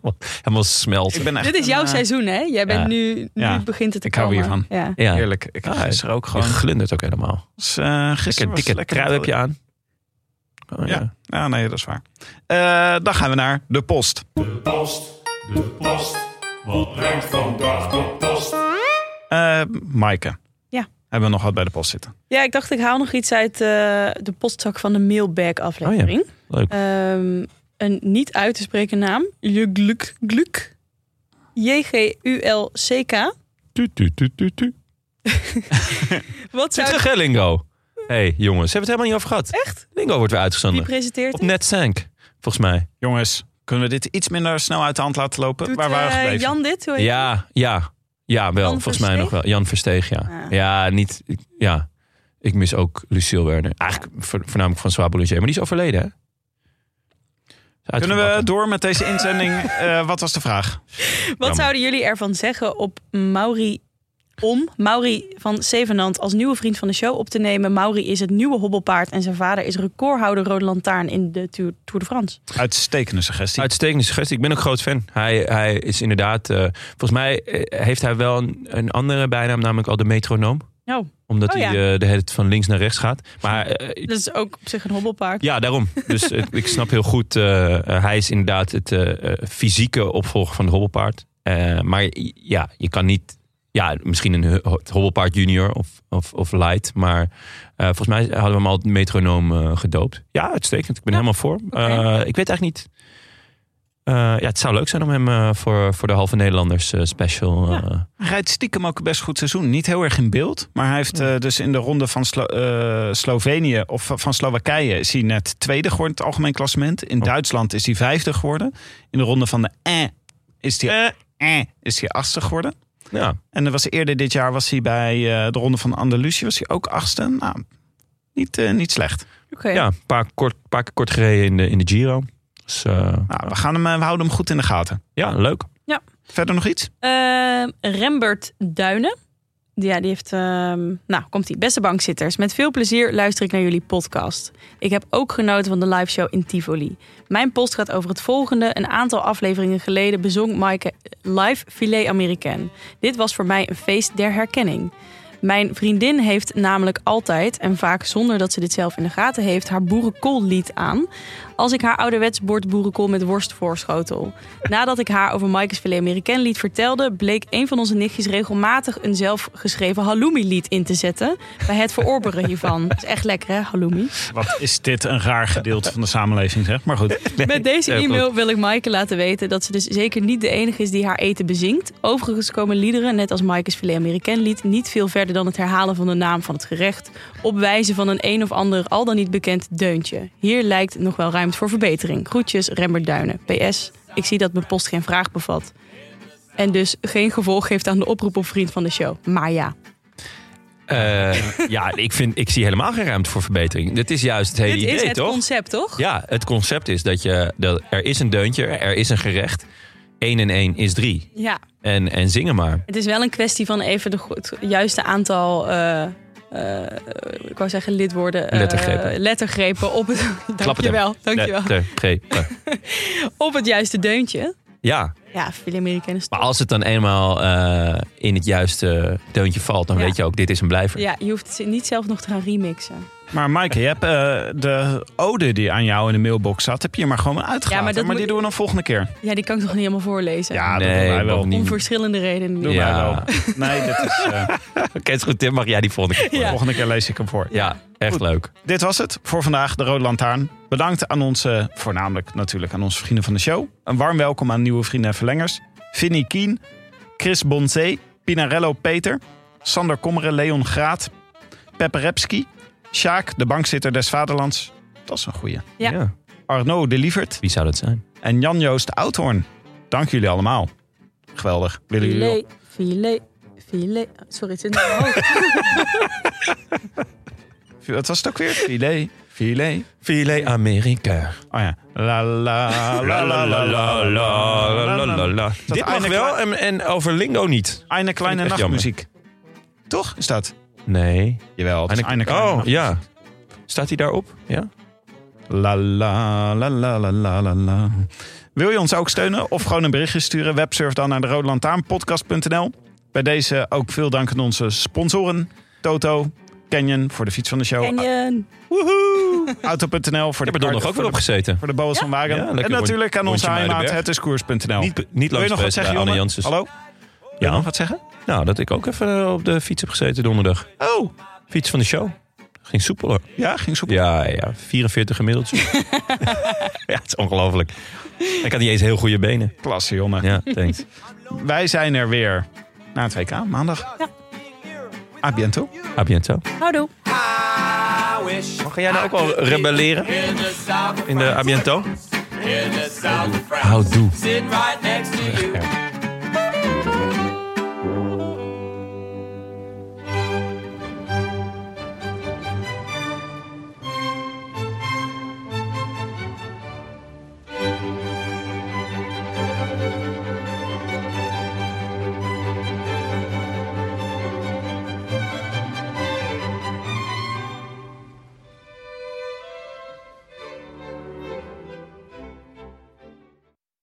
helemaal smelten. Ik ben echt Dit is een, jouw eh, seizoen, hè? Jij bent Ja. nu, nu Ja. begint het te Ik hou komen. hiervan. Ja. ja. Heerlijk. Ik heb Ah, gisteren ook Je gewoon... glundert ook helemaal. was, eh, gisteren Lekker was dikke lekker trui heb je aan. Oh, Ja. Ja, nee, dat is waar. Eh, dan gaan we naar de post. post, de post. Wat brengt vandaag de post? Eh Maaike. Ja. Hebben we nog wat bij de post zitten? ja, ik dacht ik haal nog iets uit eh, de postzak van de mailbag aflevering. Leuk. Ehm, een niet uit te spreken naam. Je gluk gluk. J-G-U-L-C-K. Tu, tu, tu, tu, tu. Wat zou... Zit terug, hè, Lingo? Hé, hey, jongens. Hebben we het helemaal niet over gehad? Echt? Lingo wordt weer Wie uitgezonden. presenteert Op het? NetZank, volgens mij. Jongens, kunnen we dit iets minder snel uit de hand laten lopen? Doet Waar waren we eh, gebleven? Jan dit? Hoe heet hij? Ja, ja. Ja, wel. Jan volgens mij nog Versteeg? wel. Jan Versteeg, ja. Ah. Ja, niet... ik- Ja. Ik mis ook Lucille Werner. Eigenlijk vo- voornamelijk van Swa Boulanger. Maar die is overleden, hè? Is Kunnen we uitgebakken. door met deze inzending? Eh, wat was de vraag? Wat Jammer. zouden jullie ervan zeggen op Mauri om Mauri van Zevenand als nieuwe vriend van de show op te nemen? Mauri is het nieuwe hobbelpaard en zijn vader is recordhouder Rode Lantaarn in de Tour, Tour de France. Uitstekende suggestie. Uitstekende suggestie. Ik ben ook groot fan. Hij, hij is inderdaad... eh, volgens mij eh, heeft hij wel een, een andere bijnaam, namelijk al de metronoom. Nou, Omdat Oh hij ja. eh, de hele tijd van links naar rechts gaat. Maar eh, dat is ook op zich een hobbelpaard. ja, daarom. Dus eh, ik snap heel goed. eh, eh, hij is inderdaad het eh, eh, fysieke opvolger van het hobbelpaard. Eh, maar i- ja, je kan niet. Ja, misschien een hu- het hobbelpaard junior of, of, of light. Maar eh, volgens mij hadden we hem al het metronoom eh, gedoopt. Ja, uitstekend. Ik ben helemaal voor. Eh, ik weet eigenlijk niet. Eh, ja, het zou leuk zijn om hem eh, voor, voor de halve Nederlanders eh, special. Ja. eh, Hij rijdt stiekem ook best goed seizoen. Niet heel erg in beeld. Maar hij heeft eh, dus in de ronde van Slo- eh, Slovenië of van- van Slowakije is hij net tweede geworden in het algemeen klassement. In Oh. Duitsland is hij vijfde geworden. In de ronde van de eh is hij, eh, is hij achtste geworden. ja. En er was eerder dit jaar was hij bij eh, de ronde van Andalusië was hij ook achtste. Nou, niet, eh, niet slecht. Oké. Ja, een paar, kort, paar keer kort gereden in de, in de Giro. Dus eh, Nou, we, gaan hem, eh, we houden hem goed in de gaten. ja, leuk. Verder nog iets? Ehm, Rembert Duinen. Ja, die heeft. ehm, nou, komt ie. Beste bankzitters, met veel plezier luister ik naar jullie podcast. Ik heb ook genoten van de live show in Tivoli. Mijn post gaat over het volgende. Een aantal afleveringen geleden bezong Maaike live filet Americain. Dit was voor mij een feest der herkenning. Mijn vriendin heeft namelijk altijd, en vaak zonder dat ze dit zelf in de gaten heeft, haar boerenkoollied aan. Als ik haar ouderwets bord boerenkool met worst voorschotel. Nadat ik haar over Maaike's Filet Americain lied vertelde, bleek een van onze nichtjes regelmatig een zelfgeschreven halloumi lied in te zetten. Bij het verorberen hiervan. Dat is echt lekker hè, halloumi. Wat is dit een raar gedeelte van de samenleving, zeg. Maar goed. Met deze heel goed. e-mail wil ik Maaike laten weten dat ze dus zeker niet de enige is die haar eten bezinkt. Overigens komen liederen, net als Maaike's Filet Americain lied, niet veel verder dan het herhalen van de naam van het gerecht. Op wijze van een een of ander al dan niet bekend deuntje. Hier lijkt nog wel ruimte voor verbetering. Groetjes, Rembert Duinen. PS, ik zie dat mijn post geen vraag bevat. En dus geen gevolg geeft aan de oproep op vriend van de show. Maar ja, Eh, ja, ik, vind, ik zie helemaal geen ruimte voor verbetering. Dit is juist het hele dit idee, is het toch? concept, toch? Ja, het concept is dat, je, dat er is een deuntje, er is een gerecht. 1 en 1 is 3. ja. En, en zingen maar. Het is wel een kwestie van even de, go- het juiste aantal. eh, eh, ik wou zeggen lidwoorden. eh, Lettergrepen. lettergrepen op het. dankjewel. dankjewel. Ter- ter- ter- Op het juiste deuntje. eh, Ja, Ja, veel Amerikanen maar als het dan eenmaal eh, in het juiste deuntje valt, dan Ja. weet je ook, dit is een blijver. Ja, je hoeft ze niet zelf nog te gaan remixen. Maar Maaike, je hebt eh, de ode die aan jou in de mailbox zat, heb je maar gewoon uitgelaten. Ja, maar maar, dat die moet- doen we dan volgende keer. Ja, die kan ik toch niet helemaal voorlezen. Ja, dat nee, doen wij wel. Bob, Om niet. verschillende redenen. Doe Ja. mij wel. Nee, dit is, eh, Oké, het is goed, Tim, mag jij die volgende keer? Ja. volgende keer lees ik hem voor. Ja, echt Goed. leuk. Dit was het voor vandaag, de Rode Lantaarn. Bedankt aan onze, voornamelijk natuurlijk aan onze vrienden van de show. Een warm welkom aan nieuwe vrienden en verlengers. Vinnie Kien, Chris Bonzee, Pinarello Peter, Sander Kommeren, Leon Graat, Peppe Repski, Sjaak, de bankzitter des vaderlands. Dat is een goeie. Ja. Arno de Lievert, Wie zou dat zijn? en Jan-Joost Oudhoorn. Dank jullie allemaal. Geweldig. Willen jullie Filet, filet, filet. Oh, Sorry, het zit in mijn hoofd. Wat was het ook weer? Filet, filet. Filet Amerika. Oh ja. La la La la la la la la la la. Dit mag einde wel klaar? en, en over Lingo niet. Eine kleine Vind ik echt nachtmuziek. Toch is dat? Nee. Jawel, het is eine kleine Oh, Nacht- ja. Staat hij daarop? Ja. La la la la la la la la. Wil je ons ook steunen of gewoon een berichtje sturen? Websurf dan naar de Bij deze ook veel dank aan onze sponsoren. Toto, Canyon voor de fiets van de show. Canyon. Auto.nl voor Ik de heb er donderdag ook voor weer de- op gezeten. Voor de boas van Wagen. Ja, lekker en natuurlijk aan onze rondje heimaat, Muidenberg. het is koers.nl. Niet, Nou, niet Wil je langs nog wat geweest zeggen, bij Anne Jonne? Janssens. Hallo? Wil je nog Ja. wat zeggen? Nou, dat ik ook even eh, op de fiets heb gezeten donderdag. Oh, Fiets van de show. Ging soepeler. ja, ging soepel. Ja, ja. 44 gemiddeld. ja, het is ongelooflijk. Ik had niet eens heel goede benen. Klasse, Jonne. Ja, thanks. Wij zijn er weer na het WK, maandag. A biento. A biento. Houdoe. Mag jij nou ook wel rebelleren? In de A biento? Houdoe. Sitting right next to you.